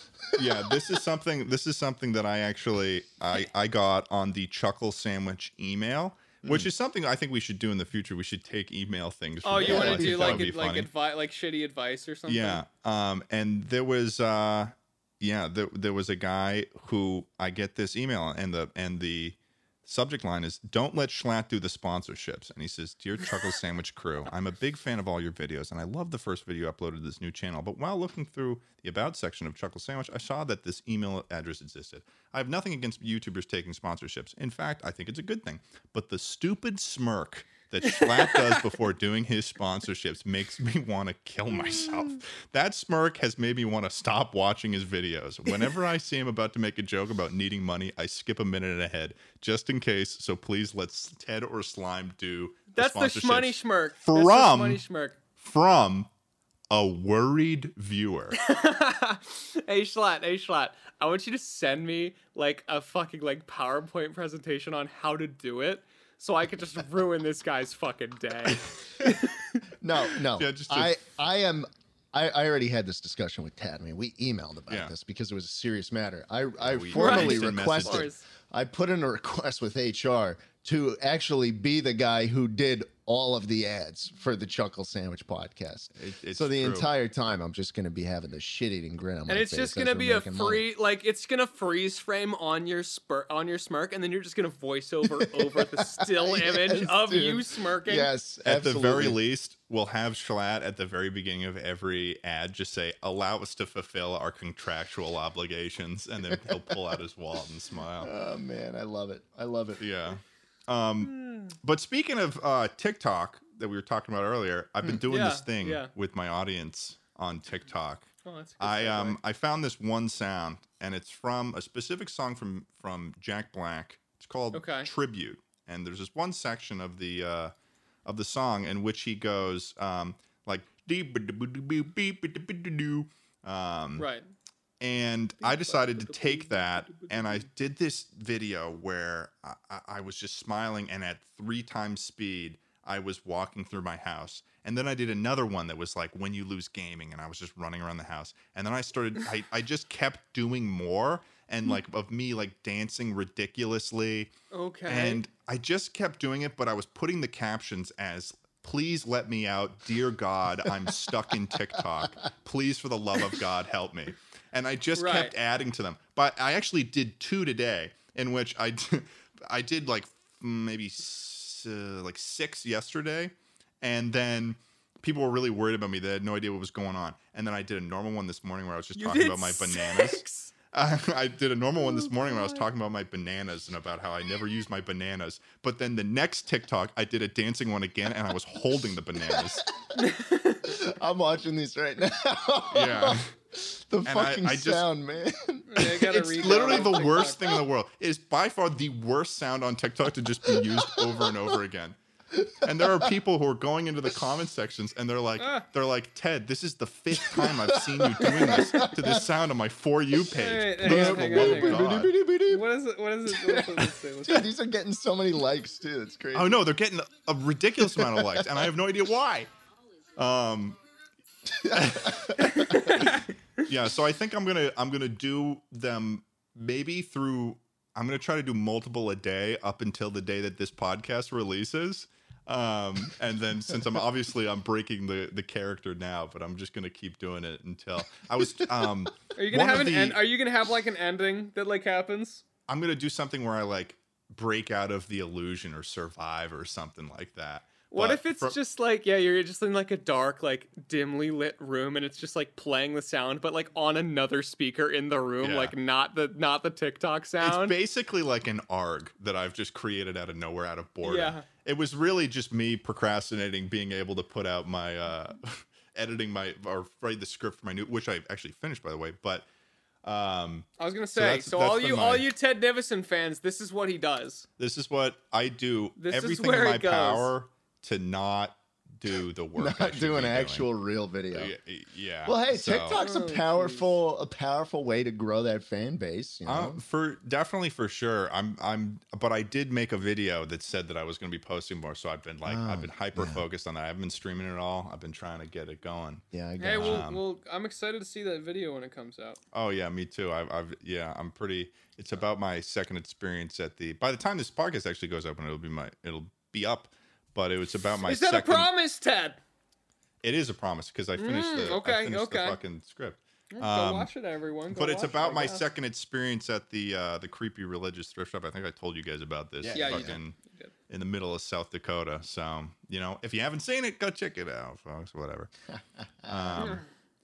B: yeah this is something this is something that i actually i i got on the chuckle sandwich email which is something i think we should do in the future we should take email things from
C: Hmm. Oh, you
B: people.
A: Yeah,
C: want
B: I
C: to
B: think
C: do
B: that
C: like
B: would be
C: ad- like
B: funny.
C: advice, like shitty advice or something?
B: yeah um and there was uh yeah there, there was a guy who i get this email and the and the subject line is don't let schlatt do the sponsorships and he says dear chuckle sandwich crew i'm a big fan of all your videos and i love the first video uploaded to this new channel but while looking through the about section of chuckle sandwich i saw that this email address existed i have nothing against youtubers taking sponsorships in fact i think it's a good thing but the stupid smirk that Schlatt does before doing his sponsorships makes me want to kill myself.
C: Mm.
B: That smirk has made me want to stop watching his videos. Whenever I see him about to make a joke about needing money, I skip a minute ahead just in case. So please let S- Ted or Slime do
C: that's the
B: sponsorships
C: shmoney smirk.
B: From-
C: that's the shmoney smirk.
B: from a worried viewer.
C: hey Schlatt, hey Schlatt, I want you to send me like a fucking like PowerPoint presentation on how to do it, so I could just ruin this guy's fucking day.
A: No, no.
B: Yeah, just a-
A: I I am I, I already had this discussion with Tad. I mean, we emailed about
B: Yeah.
A: this because it was a serious matter. I I
B: we
A: formally
B: texted messages.
A: requested.
C: Of course.
A: I put in a request with HR to actually be the guy who did all of the ads for the Chuckle Sandwich podcast.
B: It- it's
A: so the
B: true.
A: entire time, I'm just going to be having the shit-eating grin on my
C: and
A: face.
C: it's just
A: as
C: gonna
A: we're
C: be a
A: making money.
C: free, like it's gonna freeze frame on your spur on your smirk, and then you're just gonna voice over over the still
A: Yes,
C: image of you
A: dude.
C: smirking.
A: Yes,
B: At
A: absolutely.
B: the very least, we'll have Shalat at the very beginning of every ad just say, allow us to fulfill our contractual obligations. And then he'll pull out his wallet and smile.
A: Oh man, I love it. I love it.
B: Yeah.
C: Hmm.
B: Um, but speaking of uh, TikTok that we were talking about earlier, I've been doing
C: Hmm. Yeah,
B: this thing
C: yeah.
B: with my audience on TikTok.
C: Oh, that's a good
B: I
C: segue.
B: um I found this one sound, and it's from a specific song from from Jack Black. It's called
C: Okay.
B: Tribute, and there's this one section of the uh, of the song in which he goes um like "Dee-ba-da-ba-da-boo, um
C: right.
B: and I decided to take that, and I did this video where I, I- I was just smiling, and at three times speed, I was walking through my house. And then I did another one that was like when you lose gaming, and I was just running around the house. And then I started, I, I just kept doing more, and like of me like dancing ridiculously.
C: Okay.
B: And I just kept doing it, but I was putting the captions as please let me out. Dear God, I'm stuck in TikTok. Please, for the love of God, help me. And I just
C: Right.
B: kept adding to them. But I actually did two today, in which I d- I did like maybe s- uh, like six yesterday. And then people were really worried about me. They had no idea what was going on. And then I did a normal one this morning where I was just
C: you
B: talking
C: did
B: about my bananas.
C: six?
B: I, I did a normal one this morning when I was talking about my bananas and about how I never use my bananas. But then the next TikTok, I did a dancing one again and I was holding the bananas.
A: I'm watching these right now.
B: Yeah.
A: the
B: I-
A: fucking
B: I just-
A: sound, man.
C: Yeah, I gotta
B: It's
C: read that
B: literally
C: on
B: the
C: TikTok.
B: worst thing in the world. It is by far the worst sound on TikTok to just be used over and over again. And there are people who are going into the comment sections and they're like, they're like, Ted, this is the fifth time I've seen you doing this to this sound on my for you page.
C: Wait, hang
B: Please, for
C: on, hang
B: the
C: on,
B: love of
C: hang on.
B: God."
C: What is it? What is it? What does it say? What's
A: Dude, these are getting so many likes too. That's crazy.
B: Oh no, they're getting a ridiculous amount of likes, and I have no idea why. Um, yeah, so I think I'm gonna I'm gonna do them maybe through. I'm gonna try to do multiple a day up until the day that this podcast releases. Um, and then since I'm obviously I'm breaking the the character now, but I'm just gonna keep doing it until I was. Um,
C: Are you gonna
B: one
C: have
B: of
C: an
B: the-
C: end? Are you gonna have like an ending that like happens?
B: I'm gonna do something where I like break out of the illusion or survive or something like that.
C: What
B: But
C: if it's
B: from-
C: just like yeah, you're just in like a dark, like dimly lit room, and it's just like playing the sound, but like on another speaker in the room,
B: Yeah.
C: like not the not the TikTok sound.
B: It's basically like an ARG that I've just created out of nowhere, out of boredom.
C: Yeah.
B: It was really just me procrastinating, being able to put out my, uh, editing my, or write the script for my new, which I actually finished, by the way. But um,
C: I was gonna say,
B: that's-
C: so,
B: that's
C: all
B: been
C: you
B: my-
C: all you Ted Nivison fans, this is what he does.
B: this is what I do.
C: This is
B: everything
C: where
B: in
C: it
B: my
C: goes.
B: power to not do the work. I
A: Not
B: should
A: do an
B: be
A: actual real video.
B: Doing. Y- Yeah.
A: Well, hey,
B: so-
A: TikTok's
C: Oh,
A: a powerful, a powerful way to grow that fan base. You know?
B: Uh, for definitely for sure. I'm I'm but I did make a video that said that I was going to be posting more, so I've been like I've
A: Oh,
C: Ah,
B: been hyper focused on that. I haven't been streaming it at all. I've been trying to get it going.
A: yeah, I
C: Hey,
A: got
C: well,
A: you.
B: Um,
C: well, I'm excited to see that video when it comes out.
B: Oh yeah, me too. I've I've yeah, I'm pretty it's about my second experience at the by the time this podcast actually goes up and it'll be my it'll be up, but it was about my
C: is that
B: second
C: a promise, Ted?
B: It is a promise because I finished
C: Mm,
B: the I
C: okay,
B: finished the
C: okay.
B: fucking script.
C: Go
B: Um,
C: watch it, everyone. Go
B: but it's
C: watch it,
B: about
C: I
B: my
C: guess.
B: second experience at the uh, the creepy religious thrift shop. I think I told you guys about this.
A: Yeah,
C: Yeah, you did.
B: fucking
C: You did.
B: in the middle of South Dakota. So you know, if you haven't seen it, go check it out, folks. Whatever. Um,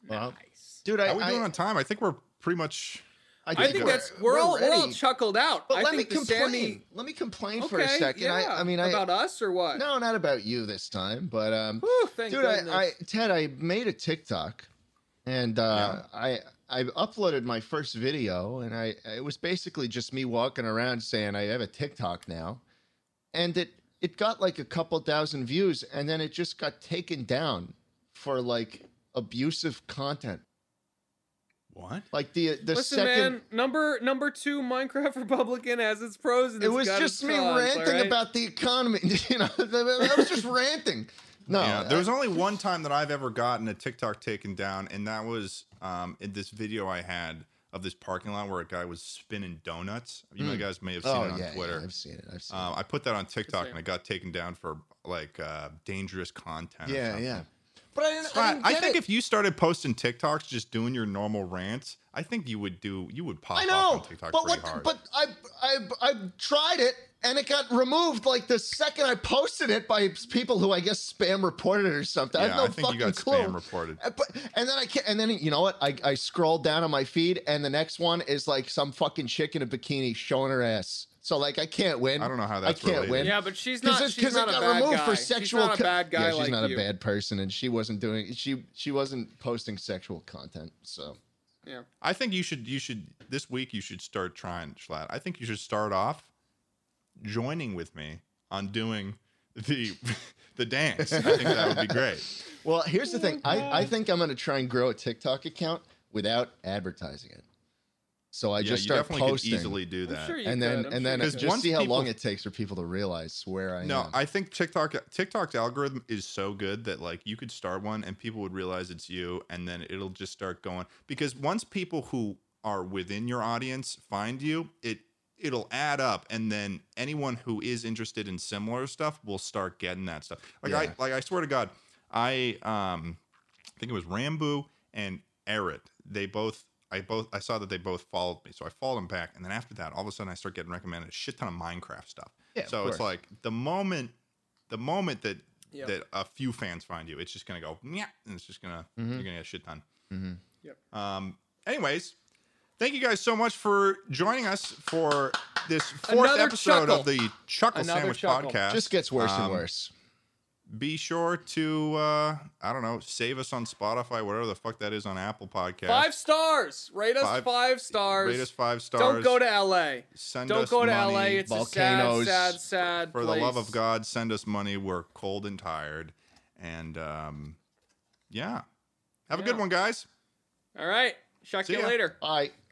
A: Well,
C: Nice.
A: dude, I,
B: how we doing
A: I-
B: on time? I think we're pretty much.
A: I
C: I think
A: we're-
C: that's we're, all we're all
A: ready.
C: chuckled out.
A: But
C: I
A: let me
C: think the
A: complain.
C: Sammy-
A: Let me complain
C: Okay,
A: for a second.
C: Yeah.
A: I, I mean, I
C: about us or what?
A: no, not about you this time, but um,
C: Whew, thank
A: dude,
C: goodness.
A: I, I Ted, I made a TikTok, and uh, I I uploaded my first video, and I it was basically just me walking around saying I have a TikTok now, and it it got like a couple thousand views, and then it just got taken down for like abusive content.
B: What?
A: Like the the
C: Listen,
A: second.
C: man, number number two, Minecraft Republican has its pros and
A: It
C: it's
A: was
C: got
A: just
C: its
A: me
C: cons,
A: ranting
C: alright?
A: about the economy. You know, I was just ranting. No,
B: yeah, there was only one time that I've ever gotten a TikTok taken down, and that was um, in this video I had of this parking lot where a guy was spinning donuts. You know, you guys may have seen it
A: Oh
B: on
A: yeah,
B: Twitter.
A: yeah, I've seen it. I've seen
B: Um, I put that on TikTok
C: see.
B: and it got taken down for like uh, dangerous content.
A: it.
B: or
A: Yeah,
B: something.
A: yeah. But I didn't. I,
B: But
A: didn't
B: I
A: get
B: think
A: it.
B: if you started posting TikToks, just doing your normal rants, I think you would do you would pop
A: I
B: off
A: know,
B: on TikTok
A: but
B: pretty
A: what?
B: hard.
A: But I, I, I tried it and it got removed like the second I posted it by people who I guess spam reported it or something. I
B: Yeah,
A: have no
B: I think
A: fucking
B: you got
A: clue.
B: spam reported.
A: Uh, But, and then I can and then you know what? I, I scrolled down on my feed and the next one is like some fucking chick in a bikini showing her ass. So like I can't win.
B: I don't know how
A: I
B: that's
A: can't
B: related.
A: win.
C: Yeah, but she's
A: Because
C: not.
A: it,
C: She's
A: 'cause it
C: not a
A: got
C: bad
A: removed
C: guy.
A: for sexual.
C: She's not
A: co-
C: a bad guy
A: Yeah, she's
C: like
A: not
C: you.
A: a bad person, and she wasn't doing. She she wasn't posting sexual content. So
C: Yeah.
B: I think you should you should this week you should start trying Schlatt. I think you should start off joining with me on doing the the dance. I think that would be great.
A: well, here's the thing. I I think I'm gonna try and grow a TikTok account without advertising it. So I
B: yeah,
A: just
B: you
A: start
B: definitely
A: posting,
B: could easily do that.
C: I'm sure you
A: and
C: could.
A: then and
C: I'm sure
A: then
C: you
B: Because
C: could.
A: just
B: once
A: see how long
B: people-
A: it takes for people to realize where I
B: No,
A: am.
B: I think TikTok TikTok's algorithm is so good that like you could start one and people would realize it's you and then it'll just start going because once people who are within your audience find you, it it'll add up and then anyone who is interested in similar stuff will start getting that stuff. Like
A: Yeah.
B: I like I swear to god, I um I think it was Rambu and Eret. They both I both I saw that they both followed me. So I followed them back and then after that all of a sudden I start getting recommended a shit ton of Minecraft stuff.
A: Yeah, of
B: so it's
A: course.
B: like the moment the moment that
C: Yep.
B: that a few fans find you, it's just gonna go yeah, and it's just gonna
C: Mm-hmm.
A: Mm-hmm,
B: you're gonna get shit done. Um, anyways, thank you guys so much for joining us for this fourth
C: Another
B: episode
C: chuckle.
B: of the Chuckle
C: Another
B: Sandwich
C: chuckle.
B: Podcast.
A: just gets worse
B: Um,
A: and worse.
B: Be sure to uh, I don't know, save us on Spotify, whatever the fuck that is on Apple Podcast.
C: Five stars. Rate us
B: Five-
C: five, stars.
B: Rate us five stars.
C: Don't go to L.A.
B: Send
C: Don't
B: us
C: go to
B: money.
C: L.A. It's
A: volcanoes.
C: a sad, sad, sad.
B: for the love
C: place.
B: of God, send us money. We're cold and tired, and um, yeah, have a good
C: Yeah.
B: one, guys.
C: All right. Check
B: See
C: you
B: ya.
C: later.
A: I